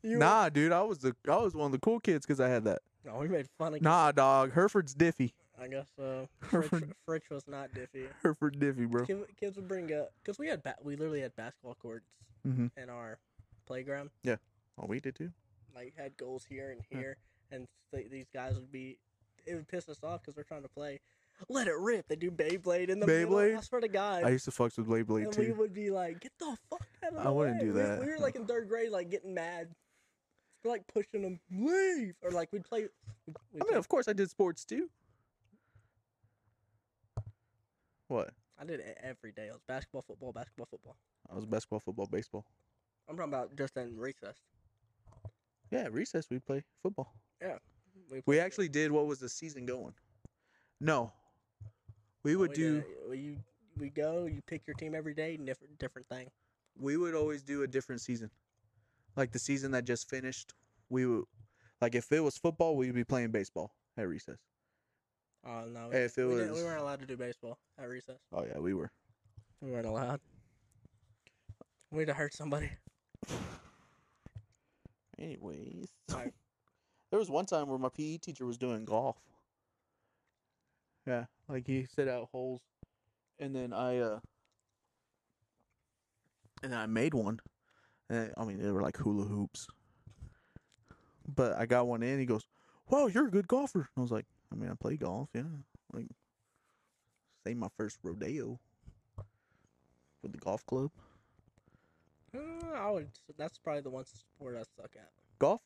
[SPEAKER 1] You
[SPEAKER 2] nah, dude. I was the I was one of the cool kids because I had that.
[SPEAKER 1] Were, no, we made fun of.
[SPEAKER 2] Nah, dog. Hereford's diffy.
[SPEAKER 1] I guess so.
[SPEAKER 2] Her
[SPEAKER 1] Fritch,
[SPEAKER 2] friend-
[SPEAKER 1] Fritch was not diffy.
[SPEAKER 2] Hereford diffy, bro.
[SPEAKER 1] Kids, kids would bring up because we had ba- we literally had basketball courts
[SPEAKER 2] Mhm.
[SPEAKER 1] in our playground.
[SPEAKER 2] Oh, we did too.
[SPEAKER 1] Like had goals here and
[SPEAKER 2] Yeah.
[SPEAKER 1] here, and th- these guys would be. It would piss us off because we're trying to play. Let it rip. They do Beyblade in the middle. I
[SPEAKER 2] Beyblade?
[SPEAKER 1] swear to God.
[SPEAKER 2] I used to fucks with Blade Blade
[SPEAKER 1] and we
[SPEAKER 2] too.
[SPEAKER 1] would be like, "Get the fuck out of
[SPEAKER 2] I
[SPEAKER 1] the
[SPEAKER 2] wouldn't
[SPEAKER 1] way."
[SPEAKER 2] do
[SPEAKER 1] We-
[SPEAKER 2] that.
[SPEAKER 1] We, were like in third grade, like getting mad. We're like pushing them, leave, or like we'd play. We'd, we'd
[SPEAKER 2] I mean,
[SPEAKER 1] play-
[SPEAKER 2] of course, I did sports too. What?
[SPEAKER 1] I did it every day. It was basketball, football, basketball, football.
[SPEAKER 2] I was basketball, football, baseball.
[SPEAKER 1] I'm talking about just in recess.
[SPEAKER 2] Yeah, at recess we play football. We
[SPEAKER 1] played-
[SPEAKER 2] actually did what was the season going. No, we
[SPEAKER 1] no,
[SPEAKER 2] would
[SPEAKER 1] did
[SPEAKER 2] do.
[SPEAKER 1] it. We- You we go. You pick your team every day. Different different thing.
[SPEAKER 2] We would always do a different season, like the season that just finished. We would, like, if it was football, we'd be playing baseball at recess.
[SPEAKER 1] Oh no!
[SPEAKER 2] Hey, if it
[SPEAKER 1] we, didn't-
[SPEAKER 2] was-
[SPEAKER 1] we weren't allowed to do baseball at recess.
[SPEAKER 2] Oh yeah, we were.
[SPEAKER 1] We weren't allowed. We'd have hurt somebody.
[SPEAKER 2] Anyways,
[SPEAKER 1] Alright.
[SPEAKER 2] there was one time where my PE teacher was doing golf. Yeah, like he set out holes, and then I uh, and then I made one. And I mean, they were like hula hoops, but I got one in. He goes, "Wow, you're a good golfer." I was like, "I mean, I play golf, yeah." Like, say my first rodeo with the golf club.
[SPEAKER 1] Uh, I would. That's probably the one sport I suck at.
[SPEAKER 2] Golf?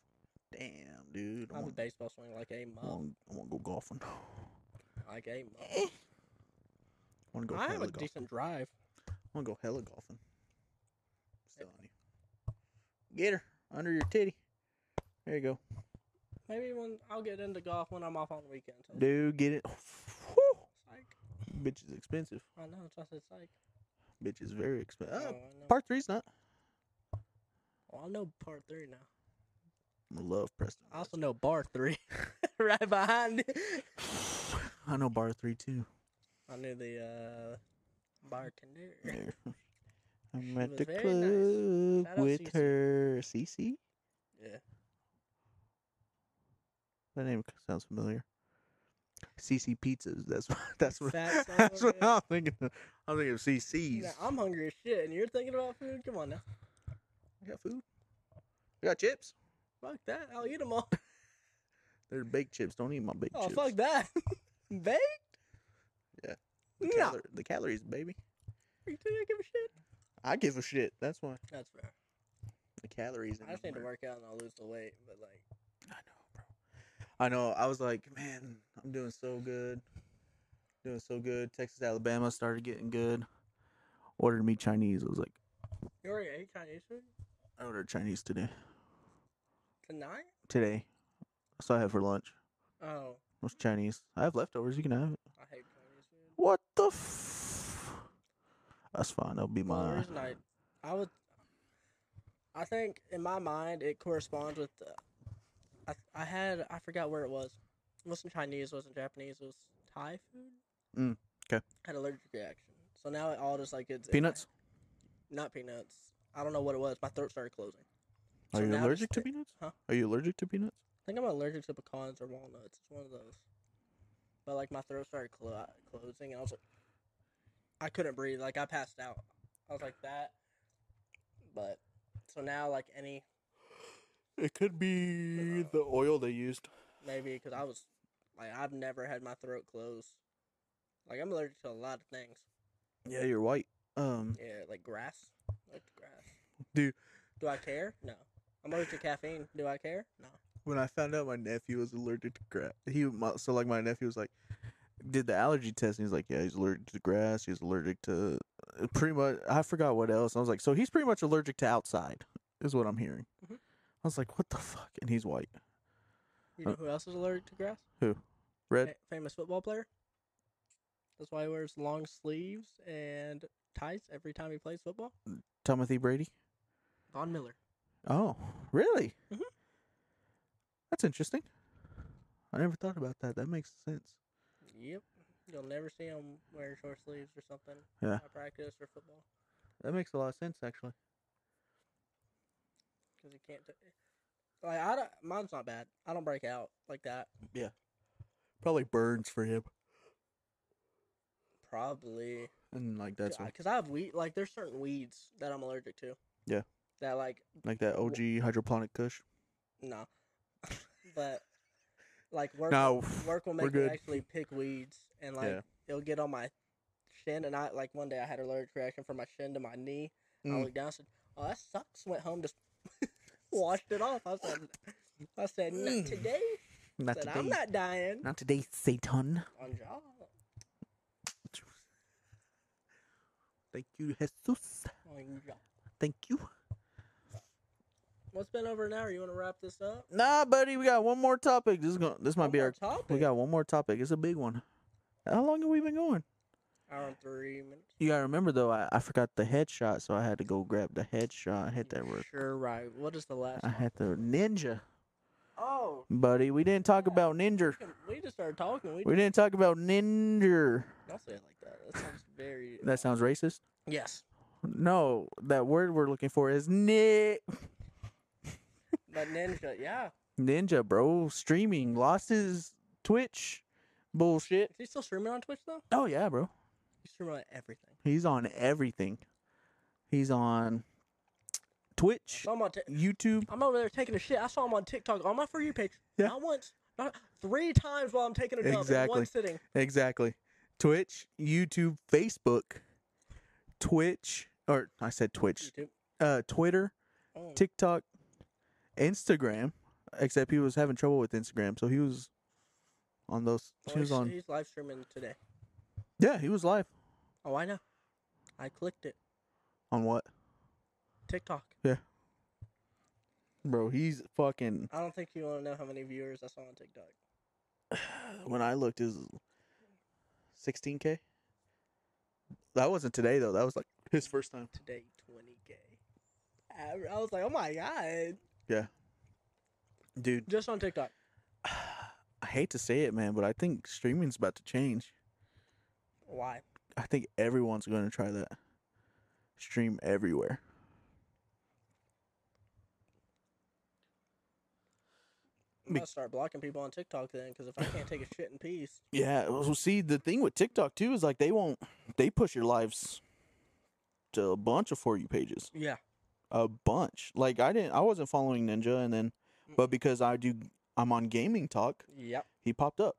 [SPEAKER 2] Damn, dude. I
[SPEAKER 1] I'm a
[SPEAKER 2] want-
[SPEAKER 1] baseball swing like a
[SPEAKER 2] I
[SPEAKER 1] mom.
[SPEAKER 2] want, I want to go golfing.
[SPEAKER 1] Like a
[SPEAKER 2] Eh. want to go
[SPEAKER 1] I have
[SPEAKER 2] hella
[SPEAKER 1] a
[SPEAKER 2] golfing.
[SPEAKER 1] decent drive.
[SPEAKER 2] want to go hella golfing. Still on you. Get her under your titty. There you go.
[SPEAKER 1] Maybe when I'll get into golf when I'm off on the weekends. I was
[SPEAKER 2] Dude, get it. Whew.
[SPEAKER 1] Psych.
[SPEAKER 2] Bitch is expensive.
[SPEAKER 1] I know. That's why I said psych.
[SPEAKER 2] Bitch is very expensive.
[SPEAKER 1] oh, I
[SPEAKER 2] Uh,
[SPEAKER 1] know.
[SPEAKER 2] part three's not.
[SPEAKER 1] Well, I know part three now.
[SPEAKER 2] I love Preston.
[SPEAKER 1] I also know bar three, right behind it.
[SPEAKER 2] I know bar three too.
[SPEAKER 1] I knew the uh, bartender.
[SPEAKER 2] There. I'm
[SPEAKER 1] She
[SPEAKER 2] at
[SPEAKER 1] was
[SPEAKER 2] the
[SPEAKER 1] very nice.
[SPEAKER 2] club
[SPEAKER 1] Shout out Cece.
[SPEAKER 2] with her. Cece?
[SPEAKER 1] Yeah.
[SPEAKER 2] That name sounds familiar. CC pizzas. That's what. That's what.
[SPEAKER 1] Fat son of
[SPEAKER 2] That's
[SPEAKER 1] a
[SPEAKER 2] what
[SPEAKER 1] bitch.
[SPEAKER 2] I'm thinking. Of. I'm thinking of CCs.
[SPEAKER 1] Now, I'm hungry as shit, and you're thinking about food. Come on now.
[SPEAKER 2] I got food. I got chips.
[SPEAKER 1] Fuck that. I'll eat them all.
[SPEAKER 2] They're baked chips. Don't eat my baked
[SPEAKER 1] Oh,
[SPEAKER 2] chips.
[SPEAKER 1] fuck that. Baked?
[SPEAKER 2] The,
[SPEAKER 1] No.
[SPEAKER 2] calor- the calories, baby.
[SPEAKER 1] You think I give a shit?
[SPEAKER 2] I give a shit. That's why
[SPEAKER 1] That's fair.
[SPEAKER 2] the calories.
[SPEAKER 1] I just need to
[SPEAKER 2] everywhere.
[SPEAKER 1] work out and I'll lose the weight, but like
[SPEAKER 2] I know, bro. I know. I was like, man, I'm doing so good. Doing so good. Texas, Alabama started getting good. Ordered me Chinese. I was like,
[SPEAKER 1] you already ate Chinese food
[SPEAKER 2] I ordered Chinese today.
[SPEAKER 1] tonight?
[SPEAKER 2] Today. That's what I had for lunch.
[SPEAKER 1] Oh,
[SPEAKER 2] was Chinese. I have leftovers. You can have it.
[SPEAKER 1] I hate Chinese food.
[SPEAKER 2] What the f? That's fine. That'll be
[SPEAKER 1] Well, the
[SPEAKER 2] mine.
[SPEAKER 1] reason I, I would, I think in my mind it corresponds with. Uh, I I had I forgot where it was. It wasn't Chinese. Wasn't Japanese. It was Thai food.
[SPEAKER 2] Mm, 'kay.
[SPEAKER 1] Had allergic reaction. So now it all just like it's in my-
[SPEAKER 2] Peanuts?
[SPEAKER 1] not peanuts. I don't know what it was. My throat started closing.
[SPEAKER 2] Are
[SPEAKER 1] So
[SPEAKER 2] you
[SPEAKER 1] now just
[SPEAKER 2] allergic to
[SPEAKER 1] thi-
[SPEAKER 2] peanuts?
[SPEAKER 1] Huh?
[SPEAKER 2] Are you allergic to peanuts?
[SPEAKER 1] I think I'm allergic to pecans or walnuts. It's one of those. But like my throat started clo- closing, and I was like, I couldn't breathe. Like I passed out. I was like that. But so now, like any
[SPEAKER 2] It could be
[SPEAKER 1] the
[SPEAKER 2] oil they used.
[SPEAKER 1] maybe because I was like I've never had my throat closed. Like I'm allergic to a lot of things.
[SPEAKER 2] Yeah, you're white. Um,
[SPEAKER 1] Yeah, like grass. Like the grass.
[SPEAKER 2] Dude.
[SPEAKER 1] Do I care? No. I'm allergic to caffeine. Do I care? No.
[SPEAKER 2] when I found out my nephew was allergic to grass, he my, so like my nephew was like, did the allergy test, and he's like, yeah, he's allergic to grass. He's allergic to uh, pretty much. I forgot what else. I was like, so he's pretty much allergic to outside, is what I'm hearing.
[SPEAKER 1] Mhm.
[SPEAKER 2] I was like, what the fuck? And he's white.
[SPEAKER 1] You know
[SPEAKER 2] Uh,
[SPEAKER 1] who else is allergic to grass?
[SPEAKER 2] Red.
[SPEAKER 1] Fa- famous football player. That's why he wears long sleeves and ties every time he plays football.
[SPEAKER 2] Timothy Brady.
[SPEAKER 1] Von Miller.
[SPEAKER 2] Oh, really?
[SPEAKER 1] Mhm.
[SPEAKER 2] That's interesting. I never thought about that. That makes sense.
[SPEAKER 1] Yep. You'll never see him wearing short sleeves or something
[SPEAKER 2] Yeah.
[SPEAKER 1] at practice or football
[SPEAKER 2] That makes a lot of sense, actually.
[SPEAKER 1] because he can't. T- like I, don't, mine's not bad. I don't break out like that.
[SPEAKER 2] Probably burns for him.
[SPEAKER 1] Probably
[SPEAKER 2] And like that's
[SPEAKER 1] because I have weed. Like there's certain weeds that I'm allergic to.
[SPEAKER 2] Yeah.
[SPEAKER 1] That like
[SPEAKER 2] like that OG hydroponic kush.
[SPEAKER 1] no, but like work.
[SPEAKER 2] No,
[SPEAKER 1] work will
[SPEAKER 2] we're
[SPEAKER 1] make me
[SPEAKER 2] good.
[SPEAKER 1] actually pick weeds and like
[SPEAKER 2] Yeah.
[SPEAKER 1] it'll get on my shin and I like one day I had an allergic reaction from my shin to my knee. I
[SPEAKER 2] Mm.
[SPEAKER 1] looked down and said, Oh that sucks. Went home just washed it off. I said I said, Not
[SPEAKER 2] Mm.
[SPEAKER 1] today. I
[SPEAKER 2] Not
[SPEAKER 1] said, I'm not dying.
[SPEAKER 2] Not today, Satan.
[SPEAKER 1] On job.
[SPEAKER 2] Thank you, Jesus.
[SPEAKER 1] On job.
[SPEAKER 2] Thank you.
[SPEAKER 1] Well it's been over an hour. You wanna wrap this up?
[SPEAKER 2] Nah, buddy, we got one more topic. This is going. This might
[SPEAKER 1] One
[SPEAKER 2] be
[SPEAKER 1] more
[SPEAKER 2] our.
[SPEAKER 1] topic.
[SPEAKER 2] We got one more topic. It's a big one. How long have we been going?
[SPEAKER 1] hour and three minutes.
[SPEAKER 2] You gotta remember though, I, I forgot the headshot, so I had to go grab the headshot. I had that work. Uh,
[SPEAKER 1] Sure right. What is the last
[SPEAKER 2] I
[SPEAKER 1] one?
[SPEAKER 2] had the ninja,
[SPEAKER 1] Oh
[SPEAKER 2] buddy. We didn't talk about ninja.
[SPEAKER 1] we just started talking. We,
[SPEAKER 2] We didn't talk about ninja.
[SPEAKER 1] don't say it like that. That sounds very
[SPEAKER 2] That sounds racist.
[SPEAKER 1] Yes.
[SPEAKER 2] No, that word we're looking for is ni-
[SPEAKER 1] But ninja, yeah.
[SPEAKER 2] ninja, bro. Streaming lost his Twitch bullshit.
[SPEAKER 1] Is he still streaming on Twitch though?
[SPEAKER 2] Oh yeah, bro.
[SPEAKER 1] He's streaming on everything.
[SPEAKER 2] He's on everything. He's on Twitch,
[SPEAKER 1] So I'm on. Ti-
[SPEAKER 2] YouTube.
[SPEAKER 1] I'm over there taking a shit. I saw him on TikTok on my for you page.
[SPEAKER 2] Yeah.
[SPEAKER 1] Not once, not three times while I'm taking a dump in
[SPEAKER 2] Exactly.
[SPEAKER 1] one sitting.
[SPEAKER 2] Exactly. Twitch, YouTube, Facebook, Twitch, or I said Twitch,
[SPEAKER 1] YouTube.
[SPEAKER 2] uh, Twitter,
[SPEAKER 1] Oh.
[SPEAKER 2] TikTok, Instagram. Except he was having trouble with Instagram, so he was on those.
[SPEAKER 1] Oh,
[SPEAKER 2] He was
[SPEAKER 1] he's,
[SPEAKER 2] on.
[SPEAKER 1] he's live streaming today.
[SPEAKER 2] Yeah, he was live
[SPEAKER 1] Oh, I know. I clicked it.
[SPEAKER 2] on what,
[SPEAKER 1] TikTok.
[SPEAKER 2] bro? He's fucking.
[SPEAKER 1] I don't think you want to know how many viewers I saw on TikTok. Oh.
[SPEAKER 2] When I looked, is sixteen k. That wasn't today though. That was like his first time.
[SPEAKER 1] Today, 20k. I, I was like, oh my god,
[SPEAKER 2] Dude,
[SPEAKER 1] just on TikTok.
[SPEAKER 2] I hate to say it, man, but I think streaming's about to change.
[SPEAKER 1] Why?
[SPEAKER 2] I think everyone's going to try that. Stream everywhere.
[SPEAKER 1] I'm
[SPEAKER 2] Be-
[SPEAKER 1] gonna start blocking people on TikTok then, because if I can't take a shit in peace,
[SPEAKER 2] Yeah. Well, see, the thing with TikTok too is like they won't. They push your lives to a bunch of for you pages.
[SPEAKER 1] yeah,
[SPEAKER 2] A bunch. Like I didn't. I wasn't following Ninja, and then, but because I do, I'm on Gaming Talk.
[SPEAKER 1] yep,
[SPEAKER 2] He popped up.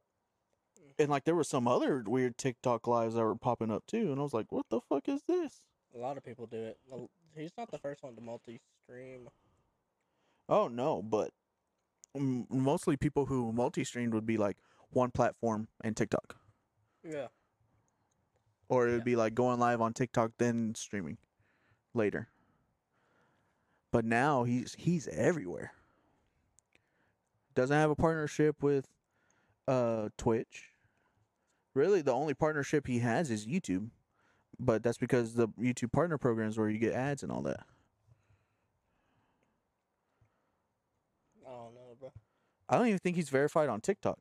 [SPEAKER 2] and like there were some other weird TikTok lives that were popping up too, and I was like, what the fuck is this?
[SPEAKER 1] A lot of people do it. Well, He's not the first one to multi-stream.
[SPEAKER 2] Oh no, but m- mostly people who multi-streamed would be like one platform and TikTok,
[SPEAKER 1] Yeah.
[SPEAKER 2] or it would
[SPEAKER 1] Yeah.
[SPEAKER 2] be like going live on TikTok then streaming later. But now he's he's everywhere. Doesn't have a partnership with uh Twitch. Really, the only partnership he has is YouTube, but that's because the YouTube partner programs where you get ads and all that.
[SPEAKER 1] I don't know, bro.
[SPEAKER 2] I don't even think he's verified on TikTok.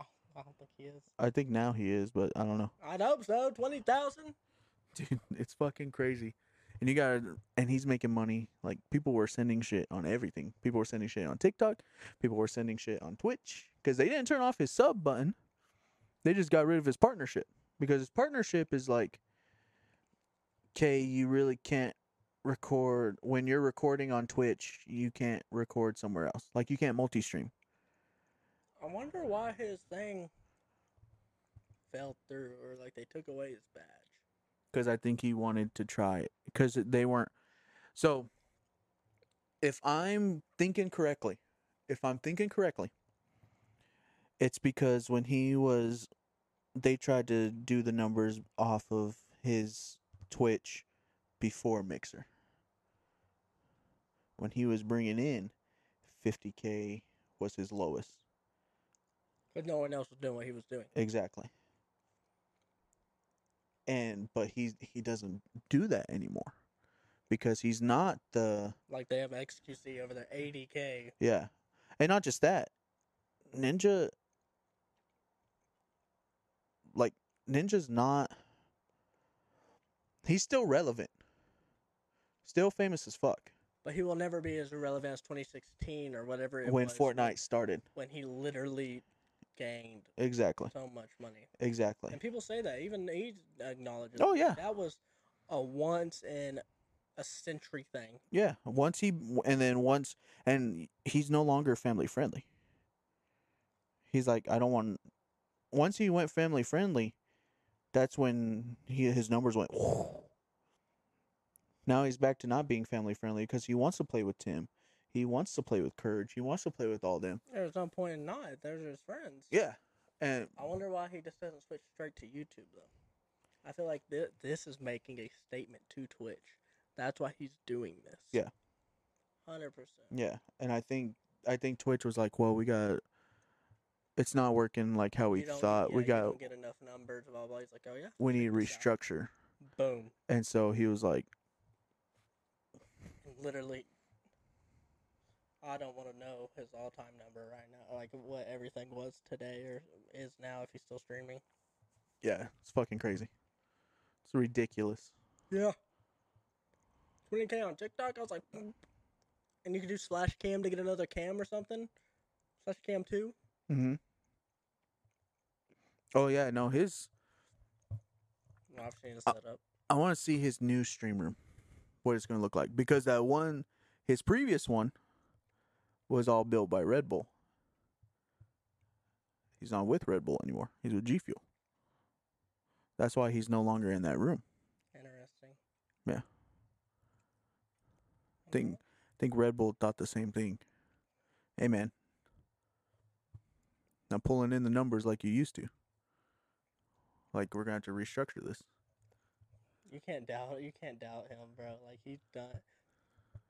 [SPEAKER 1] I don't think he is.
[SPEAKER 2] I think now he is, but I don't know.
[SPEAKER 1] I'd hope so. Twenty thousand.
[SPEAKER 2] Dude, it's fucking crazy. And you got and he's making money. Like people were sending shit on everything. People were sending shit on TikTok. People were sending shit on Twitch cuz they didn't turn off his sub button. They just got rid of his partnership because his partnership is like okay, you really can't record when you're recording on Twitch, you can't record somewhere else. Like you can't multi-stream.
[SPEAKER 1] I wonder why his thing fell through, or like they took away his badge.
[SPEAKER 2] because I think he wanted to try it because they weren't. So, if I'm thinking correctly, if I'm thinking correctly, it's because when he was, they tried to do the numbers off of his Twitch before Mixer. When he was bringing in 50K was his lowest.
[SPEAKER 1] But no one else was doing what he was doing.
[SPEAKER 2] Exactly. And but he he doesn't do that anymore because he's not the
[SPEAKER 1] Like they have XQC over there, eighty k.
[SPEAKER 2] yeah, and not just that, Ninja. Like Ninja's not. He's still relevant. Still famous as fuck.
[SPEAKER 1] But he will never be as irrelevant as 2016 or whatever it
[SPEAKER 2] when
[SPEAKER 1] was.
[SPEAKER 2] Fortnite started,
[SPEAKER 1] When he literally gained
[SPEAKER 2] exactly,
[SPEAKER 1] so much money.
[SPEAKER 2] exactly.
[SPEAKER 1] And people say that. Even he acknowledges.
[SPEAKER 2] Oh,
[SPEAKER 1] that.
[SPEAKER 2] yeah.
[SPEAKER 1] That was a once in a century thing.
[SPEAKER 2] Yeah, once he and then once and he's no longer family friendly. He's like, I don't want. Once he went family friendly, that's when he his numbers went. Now he's back to not being family friendly because he wants to play with Tim, he wants to play with Courage, he wants to play with all them.
[SPEAKER 1] There's no point in not. There's his friends.
[SPEAKER 2] Yeah, and
[SPEAKER 1] I wonder why he just doesn't switch straight to YouTube though. I feel like th- this is making a statement to Twitch. That's why he's doing this.
[SPEAKER 2] Yeah.
[SPEAKER 1] Hundred percent.
[SPEAKER 2] yeah, and I think I think Twitch was like, well, we got. It's not working like how we thought. we got.
[SPEAKER 1] Don't get enough numbers. Blah blah. He's like, oh yeah.
[SPEAKER 2] We need to
[SPEAKER 1] check this out.
[SPEAKER 2] restructure,
[SPEAKER 1] Boom.
[SPEAKER 2] and so he was like.
[SPEAKER 1] And literally, I don't want to know his all-time number right now. Like what everything was today or is now if he's still streaming.
[SPEAKER 2] Yeah, it's fucking crazy. It's ridiculous.
[SPEAKER 1] Yeah. 20k on TikTok. I was like, "Mm." and you can do slash cam to get another cam or something. Slash cam two.
[SPEAKER 2] Mm-hmm. Oh yeah, no, his
[SPEAKER 1] No, I've seen it set up.
[SPEAKER 2] I want to see his new stream room, what it's gonna look like because that one, his previous one, was all built by Red Bull. He's not with Red Bull anymore. He's with G Fuel. That's why he's no longer in that room.
[SPEAKER 1] Interesting. Mm-hmm.
[SPEAKER 2] Yeah.
[SPEAKER 1] I
[SPEAKER 2] Think
[SPEAKER 1] dunno.
[SPEAKER 2] think Red Bull thought the same thing. Hey man, not pulling in the numbers like you used to. Like we're gonna have to restructure this.
[SPEAKER 1] You can't doubt. You can't doubt him, bro. Like he's done.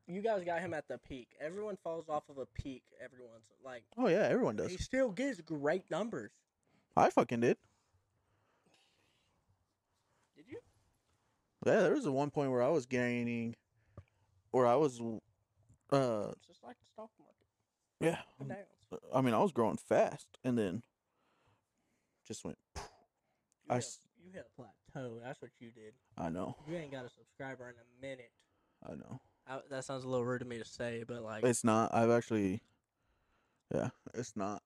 [SPEAKER 1] You guys got him at the peak. Everyone falls off of a peak. Everyone's like,
[SPEAKER 2] Oh yeah, everyone
[SPEAKER 1] he
[SPEAKER 2] does.
[SPEAKER 1] still gets great numbers.
[SPEAKER 2] I fucking did.
[SPEAKER 1] Did you?
[SPEAKER 2] Yeah, there was a one point where I was gaining, where I was, uh,
[SPEAKER 1] It's just like the stock market.
[SPEAKER 2] yeah.
[SPEAKER 1] Up and downs.
[SPEAKER 2] I mean, I was growing fast, and then just went.
[SPEAKER 1] You
[SPEAKER 2] I
[SPEAKER 1] hit,
[SPEAKER 2] s-
[SPEAKER 1] you hit a plateau. That's what you did.
[SPEAKER 2] I know,
[SPEAKER 1] You ain't got a subscriber in a minute.
[SPEAKER 2] I know.
[SPEAKER 1] I, that sounds a little rude to me to say, but like,
[SPEAKER 2] It's not. I've actually, yeah, it's not.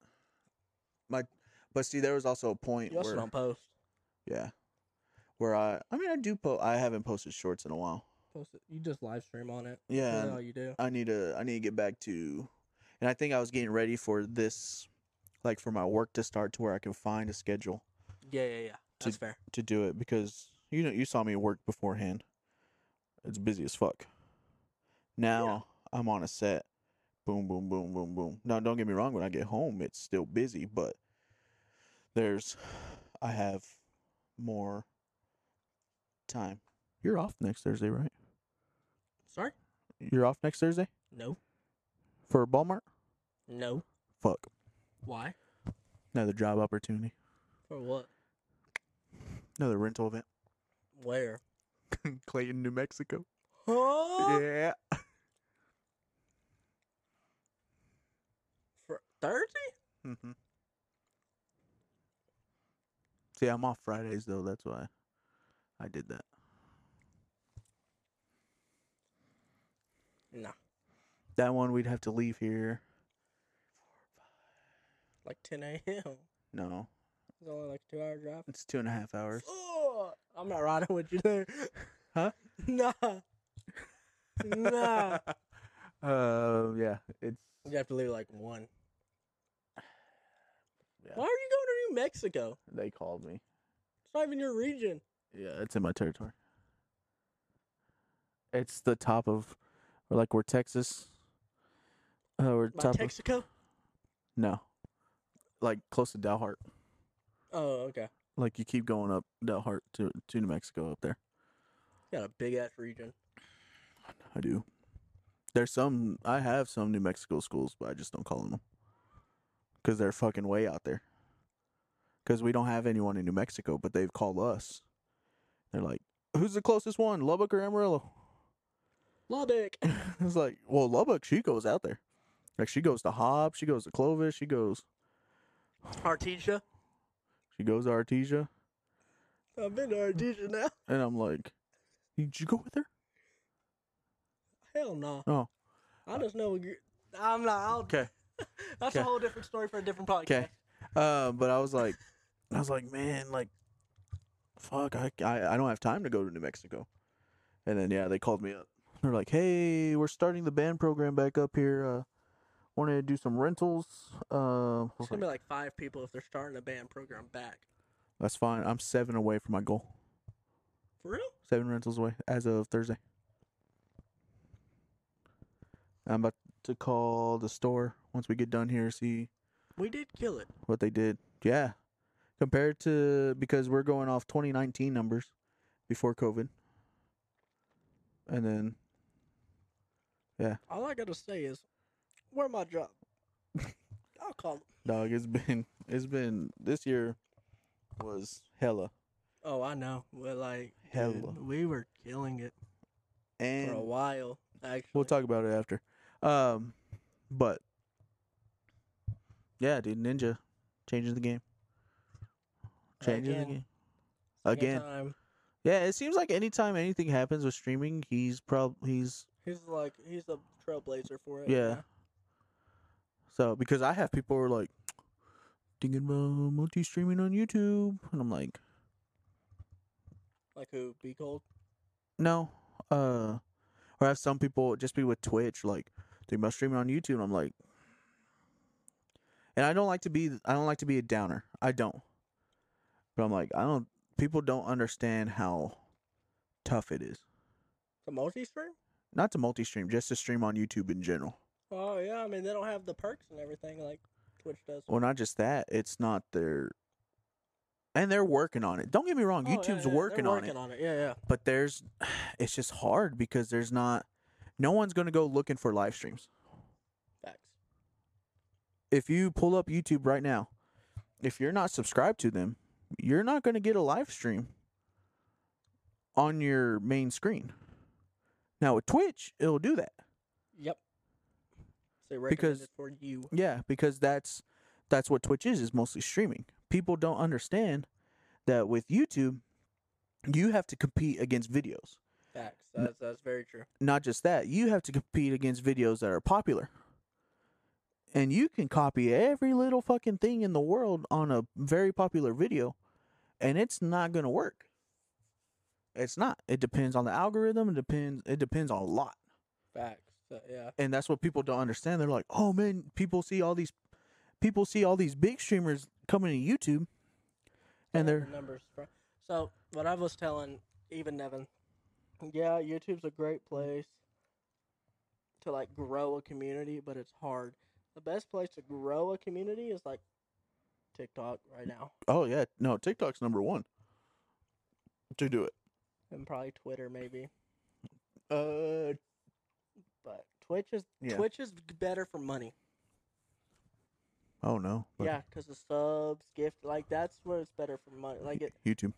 [SPEAKER 2] My, but see, there was also a point
[SPEAKER 1] you also
[SPEAKER 2] where
[SPEAKER 1] don't post.
[SPEAKER 2] Yeah. Where I, I mean, I do po I haven't posted shorts in a while.
[SPEAKER 1] Post it. You just live stream on it.
[SPEAKER 2] Yeah,
[SPEAKER 1] That's
[SPEAKER 2] and
[SPEAKER 1] all you do.
[SPEAKER 2] I need to, I need to get back to, and I think I was getting ready for this like for my work to start to where I can find a schedule
[SPEAKER 1] Yeah, yeah, yeah. That's fair.
[SPEAKER 2] to do it because you know you saw me work beforehand. It's busy as fuck. Now I'm on a set. Boom, boom, boom, boom, boom. Now don't get me wrong. When I get home, it's still busy, but there's I have more time. You're off next Thursday, right?
[SPEAKER 1] Sorry?
[SPEAKER 2] You're off next Thursday
[SPEAKER 1] No.
[SPEAKER 2] for Walmart.
[SPEAKER 1] No.
[SPEAKER 2] Fuck
[SPEAKER 1] Why?
[SPEAKER 2] another job opportunity,
[SPEAKER 1] For what?
[SPEAKER 2] another rental event.
[SPEAKER 1] Where?
[SPEAKER 2] Clayton, New Mexico.
[SPEAKER 1] Huh?
[SPEAKER 2] Yeah.
[SPEAKER 1] For Thursday?
[SPEAKER 2] Mm-hmm. See, I'm off Fridays though. That's why I did that.
[SPEAKER 1] No.
[SPEAKER 2] That one we'd have to leave here.
[SPEAKER 1] Like 10 a.m. It's
[SPEAKER 2] No,
[SPEAKER 1] only like a two hour drive.
[SPEAKER 2] it's two and a half hours.
[SPEAKER 1] Oh, I'm not riding with you there.
[SPEAKER 2] Huh?
[SPEAKER 1] Nah. nah.
[SPEAKER 2] Uh, yeah, it's
[SPEAKER 1] You have to leave like one.
[SPEAKER 2] Yeah.
[SPEAKER 1] Why are you going to New Mexico?
[SPEAKER 2] they called me.
[SPEAKER 1] It's not even your region.
[SPEAKER 2] Yeah, it's in my territory. It's the top of, or like we're Texas. Uh, we're
[SPEAKER 1] By
[SPEAKER 2] top of
[SPEAKER 1] Texaco?
[SPEAKER 2] no, like close to Dalhart.
[SPEAKER 1] Oh, okay.
[SPEAKER 2] Like you keep going up Dalhart to to New Mexico up there.
[SPEAKER 1] Got a big ass region.
[SPEAKER 2] I do. There's some I have some New Mexico schools, but I just don't call them because they're fucking way out there. Because we don't have anyone in New Mexico, but they've called us. They're like, "Who's the closest one, Lubbock or Amarillo?"
[SPEAKER 1] Lubbock.
[SPEAKER 2] it's like, well, Lubbock, she goes out there. Like she goes to Hobbs, she goes to Clovis, she goes,
[SPEAKER 1] Artesia.
[SPEAKER 2] she goes to Artesia,
[SPEAKER 1] I've been to Artesia now.
[SPEAKER 2] and I'm like, did you go with her?
[SPEAKER 1] Hell no.
[SPEAKER 2] Oh.
[SPEAKER 1] I just know. you- I'm not. I'll,
[SPEAKER 2] Okay.
[SPEAKER 1] that's
[SPEAKER 2] okay.
[SPEAKER 1] a whole different story for a different podcast.
[SPEAKER 2] Okay. Uh, but I was like, I was like, man, like, fuck, I, I, I don't have time to go to New Mexico. And then yeah, they called me up. They're like, hey, we're starting the band program back up here. Uh, wanted to do some rentals. Uh, I was
[SPEAKER 1] It's gonna be
[SPEAKER 2] like,
[SPEAKER 1] like five people if they're starting a band program back.
[SPEAKER 2] that's fine. I'm seven away from my goal.
[SPEAKER 1] For real?
[SPEAKER 2] Seven rentals away as of Thursday. I'm about to call the store once we get done here. See
[SPEAKER 1] We did kill it.
[SPEAKER 2] what they did. Yeah. Compared to because we're going off 2019 numbers before COVID. And then
[SPEAKER 1] All I gotta say is, where my job? I'll call. Them.
[SPEAKER 2] dog it's been it's been this year was hella
[SPEAKER 1] Oh, I know. Well, like, dude,
[SPEAKER 2] Hella.
[SPEAKER 1] we were killing it
[SPEAKER 2] and
[SPEAKER 1] for a while. Actually,
[SPEAKER 2] we'll talk about it after. Um but yeah, dude, Ninja changing the game. Changing the
[SPEAKER 1] Again.
[SPEAKER 2] game.
[SPEAKER 1] Second
[SPEAKER 2] again.
[SPEAKER 1] time.
[SPEAKER 2] Yeah, it seems like anytime anything happens with streaming, he's prob he's
[SPEAKER 1] He's like, he's a trailblazer for it.
[SPEAKER 2] Yeah. So because I have people who are like thinking about multi streaming on YouTube, and I'm like,
[SPEAKER 1] Like who? Be cold.
[SPEAKER 2] no. Uh, or I have some people just be with Twitch, like thinking about streaming on YouTube, and I'm like, and I don't like to be I don't like to be a downer. I don't. But I'm like I don't. People don't understand how tough it is.
[SPEAKER 1] The multi stream?
[SPEAKER 2] Not to multi stream, just to stream on YouTube in general.
[SPEAKER 1] Oh yeah. I mean, they don't have the perks and everything like Twitch does.
[SPEAKER 2] Well, not just that. It's not their. And they're working on it. Don't get me wrong.
[SPEAKER 1] Oh, yeah,
[SPEAKER 2] YouTube's
[SPEAKER 1] yeah, they're
[SPEAKER 2] working on it.
[SPEAKER 1] working on it. Yeah, yeah.
[SPEAKER 2] but there's it's just hard because there's not no one's going to go looking for live streams
[SPEAKER 1] Facts.
[SPEAKER 2] if you pull up youtube right now if you're not subscribed to them you're not going to get a live stream on your main screen now with twitch it'll do that
[SPEAKER 1] Yep. So
[SPEAKER 2] Because-
[SPEAKER 1] because for you.
[SPEAKER 2] yeah because that's that's what twitch is is mostly streaming people don't understand that with youtube you have to compete against videos
[SPEAKER 1] Facts.
[SPEAKER 2] No.
[SPEAKER 1] That's that's very true.
[SPEAKER 2] not just that, you have to compete against videos that are popular. And you can copy every little fucking thing in the world on a very popular video, and it's not going to work. It's not. It depends on the algorithm, it depends it depends on a lot.
[SPEAKER 1] Facts. So, yeah.
[SPEAKER 2] And that's what people don't understand. They're like, "Oh man, people see all these people see all these big streamers coming to YouTube, and
[SPEAKER 1] their
[SPEAKER 2] they're
[SPEAKER 1] numbers. Bro. So what I was telling even Nevin, yeah, YouTube's a great place to like grow a community, but it's hard. The best place to grow a community is like TikTok right now,
[SPEAKER 2] oh yeah, no TikTok's number one to do it.
[SPEAKER 1] and probably Twitter maybe.
[SPEAKER 2] Uh,
[SPEAKER 1] But Twitch is
[SPEAKER 2] Yeah.
[SPEAKER 1] Twitch is better for money.
[SPEAKER 2] oh no, but
[SPEAKER 1] Yeah, 'cause the subs, gift, like that's where it's better for money. Like it,
[SPEAKER 2] YouTube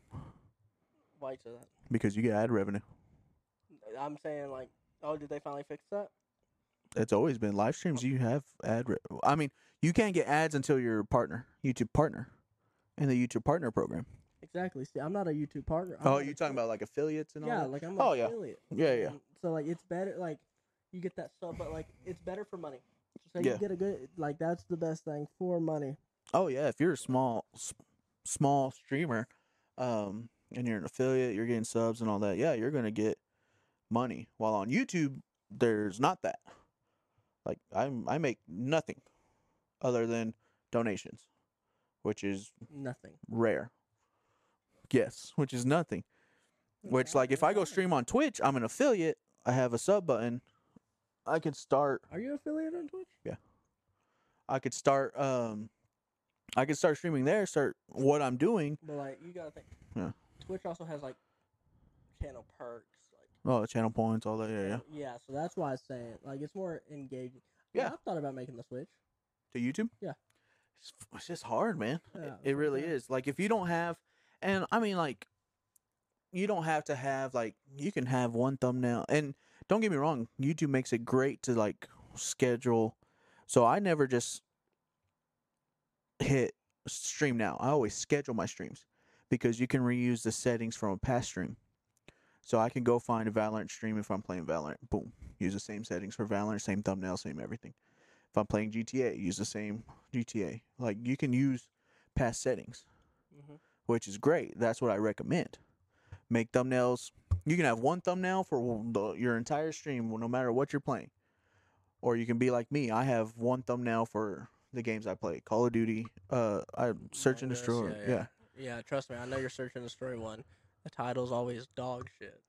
[SPEAKER 1] why to that?
[SPEAKER 2] because you get ad revenue.
[SPEAKER 1] I'm saying like, oh, did they finally fix that?
[SPEAKER 2] It's always been live streams. You have ad. Re- I mean, you can't get ads until your partner, YouTube partner, in the YouTube partner program.
[SPEAKER 1] Exactly. See, I'm not a YouTube partner. I'm
[SPEAKER 2] Oh,
[SPEAKER 1] not a
[SPEAKER 2] you talking about like affiliates and all?
[SPEAKER 1] yeah,
[SPEAKER 2] that?
[SPEAKER 1] like I'm
[SPEAKER 2] Oh,
[SPEAKER 1] oh,
[SPEAKER 2] yeah.
[SPEAKER 1] yeah. affiliate.
[SPEAKER 2] yeah, yeah.
[SPEAKER 1] And So like it's better like you get that sub, but like it's better for money. So
[SPEAKER 2] Yeah.
[SPEAKER 1] you get a good like that's the best thing for money.
[SPEAKER 2] Oh yeah, if you're a small s- small streamer, um, and you're an affiliate, you're getting subs and all that. Yeah, you're gonna get money. While on YouTube, there's not that. Like I'm, I make nothing other than donations, which is
[SPEAKER 1] Nothing.
[SPEAKER 2] rare. Yes, which is nothing. Which like if I go stream on Twitch, I'm an affiliate. I have a sub button. I could start
[SPEAKER 1] Are you affiliate on Twitch?
[SPEAKER 2] I could start um I could start streaming there, start what I'm doing.
[SPEAKER 1] But like you gotta think.
[SPEAKER 2] Yeah.
[SPEAKER 1] Twitch also has like channel perks. Like
[SPEAKER 2] Oh, channel points, all that. Yeah, yeah.
[SPEAKER 1] yeah, so that's why I say it. Like it's more engaging.
[SPEAKER 2] Yeah.
[SPEAKER 1] I've thought about making the switch.
[SPEAKER 2] To YouTube?
[SPEAKER 1] Yeah.
[SPEAKER 2] It's, it's just hard, man. It-
[SPEAKER 1] Yeah,
[SPEAKER 2] it really
[SPEAKER 1] sometimes.
[SPEAKER 2] is. Like if you don't have and I mean like you don't have to have like you can have one thumbnail and don't get me wrong, YouTube makes it great to like schedule. So I never just hit stream now. I always schedule my streams because you can reuse the settings from a past stream. So I can go find a Valorant stream if I'm playing Valorant. Boom. Use the same settings for Valorant, same thumbnail, same everything. If I'm playing GTA, use the same GTA. Like you can use past settings,
[SPEAKER 1] Mhm.
[SPEAKER 2] which is great. That's what I recommend. Make thumbnails. You can have one thumbnail for the, your entire stream, no matter what you're playing. Or you can be like me. I have one thumbnail for the games I play. Call of Duty. Uh, I search
[SPEAKER 1] Among
[SPEAKER 2] and
[SPEAKER 1] Us,
[SPEAKER 2] destroy.
[SPEAKER 1] yeah, yeah.
[SPEAKER 2] yeah.
[SPEAKER 1] Yeah, trust me, I know you're searching the story one. The title's always dog shit.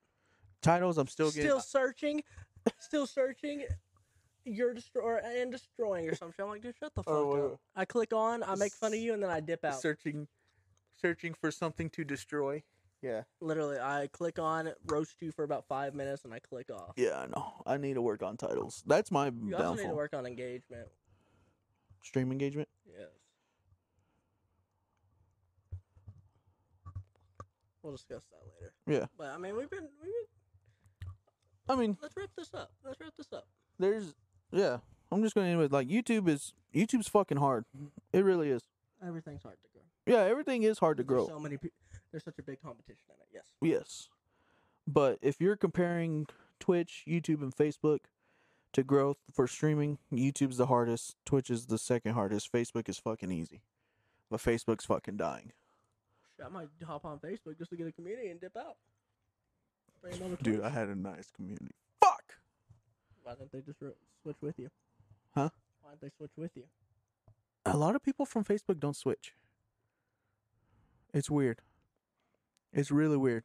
[SPEAKER 2] Titles. I'm still
[SPEAKER 1] still,
[SPEAKER 2] getting.
[SPEAKER 1] searching, still searching. You're destroying and destroying or something. I'm like, dude, shut the fuck
[SPEAKER 2] Oh, wait, wait.
[SPEAKER 1] up. I click on, I make fun of you, and then I dip out.
[SPEAKER 2] searching searching for something to destroy. Yeah.
[SPEAKER 1] Literally, I click on, roast you for about five minutes, and I click off.
[SPEAKER 2] Yeah, I know. I need to work on titles. That's my
[SPEAKER 1] You also need
[SPEAKER 2] downfall.
[SPEAKER 1] to work on engagement.
[SPEAKER 2] Stream engagement.
[SPEAKER 1] Yes. We'll discuss that later.
[SPEAKER 2] Yeah.
[SPEAKER 1] But I mean, we've been, we've been
[SPEAKER 2] I mean,
[SPEAKER 1] let's wrap this up. Let's wrap this up.
[SPEAKER 2] there's yeah. I'm just gonna end with like YouTube is YouTube's fucking hard. It really is.
[SPEAKER 1] Everything's hard to grow.
[SPEAKER 2] Yeah, everything is hard to
[SPEAKER 1] There's
[SPEAKER 2] grow.
[SPEAKER 1] So many. Pe- there's such a big competition in it. Yes.
[SPEAKER 2] Yes. But if you're comparing Twitch, YouTube, and Facebook to growth for streaming, YouTube's the hardest, Twitch is the second hardest, Facebook is fucking easy. But Facebook's fucking dying.
[SPEAKER 1] Shit, I might hop on Facebook just to get a community and dip out. Bring 'em over to
[SPEAKER 2] Dude,
[SPEAKER 1] us.
[SPEAKER 2] I had a nice community. Fuck!
[SPEAKER 1] why didn't they just ro- switch with you?
[SPEAKER 2] Huh?
[SPEAKER 1] Why didn't they switch with you?
[SPEAKER 2] A lot of people from Facebook don't switch. It's weird. It's really weird.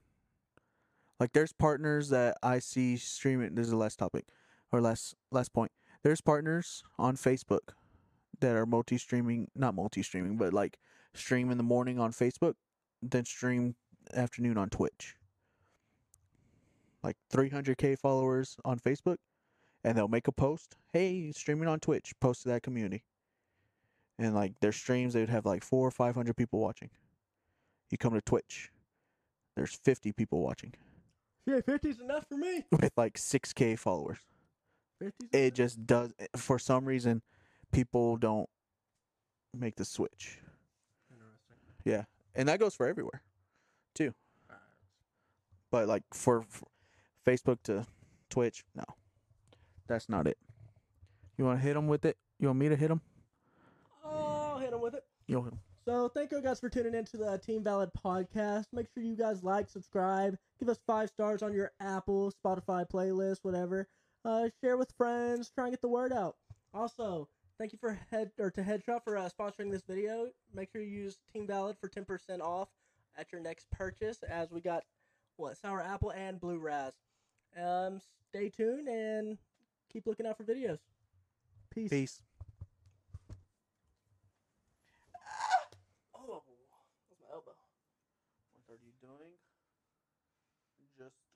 [SPEAKER 2] Like there's partners that I see streaming this is the last topic or last last point. There's partners on Facebook that are multi streaming not multi streaming, but like stream in the morning on Facebook, then stream afternoon on Twitch. Like three hundred K followers on Facebook and they'll make a post, hey, streaming on Twitch, post to that community and like their streams they would have like four or five hundred people watching you come to twitch there's 50 people watching
[SPEAKER 1] Yeah, 50's enough for me.
[SPEAKER 2] with like 6k followers
[SPEAKER 1] 50's
[SPEAKER 2] it just does eh, for some reason people don't make the switch
[SPEAKER 1] Interesting.
[SPEAKER 2] yeah and that goes for everywhere too but like for, for facebook to twitch no that's not it you want to hit them with it you want me to hit them
[SPEAKER 1] Oh, I'll hit him with it.
[SPEAKER 2] you want
[SPEAKER 1] So thank you guys for tuning in to the Team Valid podcast. Make sure you guys like, subscribe, give us five stars on your Apple, Spotify playlist, whatever. Uh, share with friends. Try and get the word out. Also, Thank you for head or to Headshot for uh, sponsoring this video. Make sure you use Team Valid for ten percent off at your next purchase. As we got what sour apple and blue raz. Um, stay tuned and keep looking out for videos. Peace.
[SPEAKER 2] Peace.
[SPEAKER 1] Oh, that's my elbow.
[SPEAKER 2] What are you doing? Just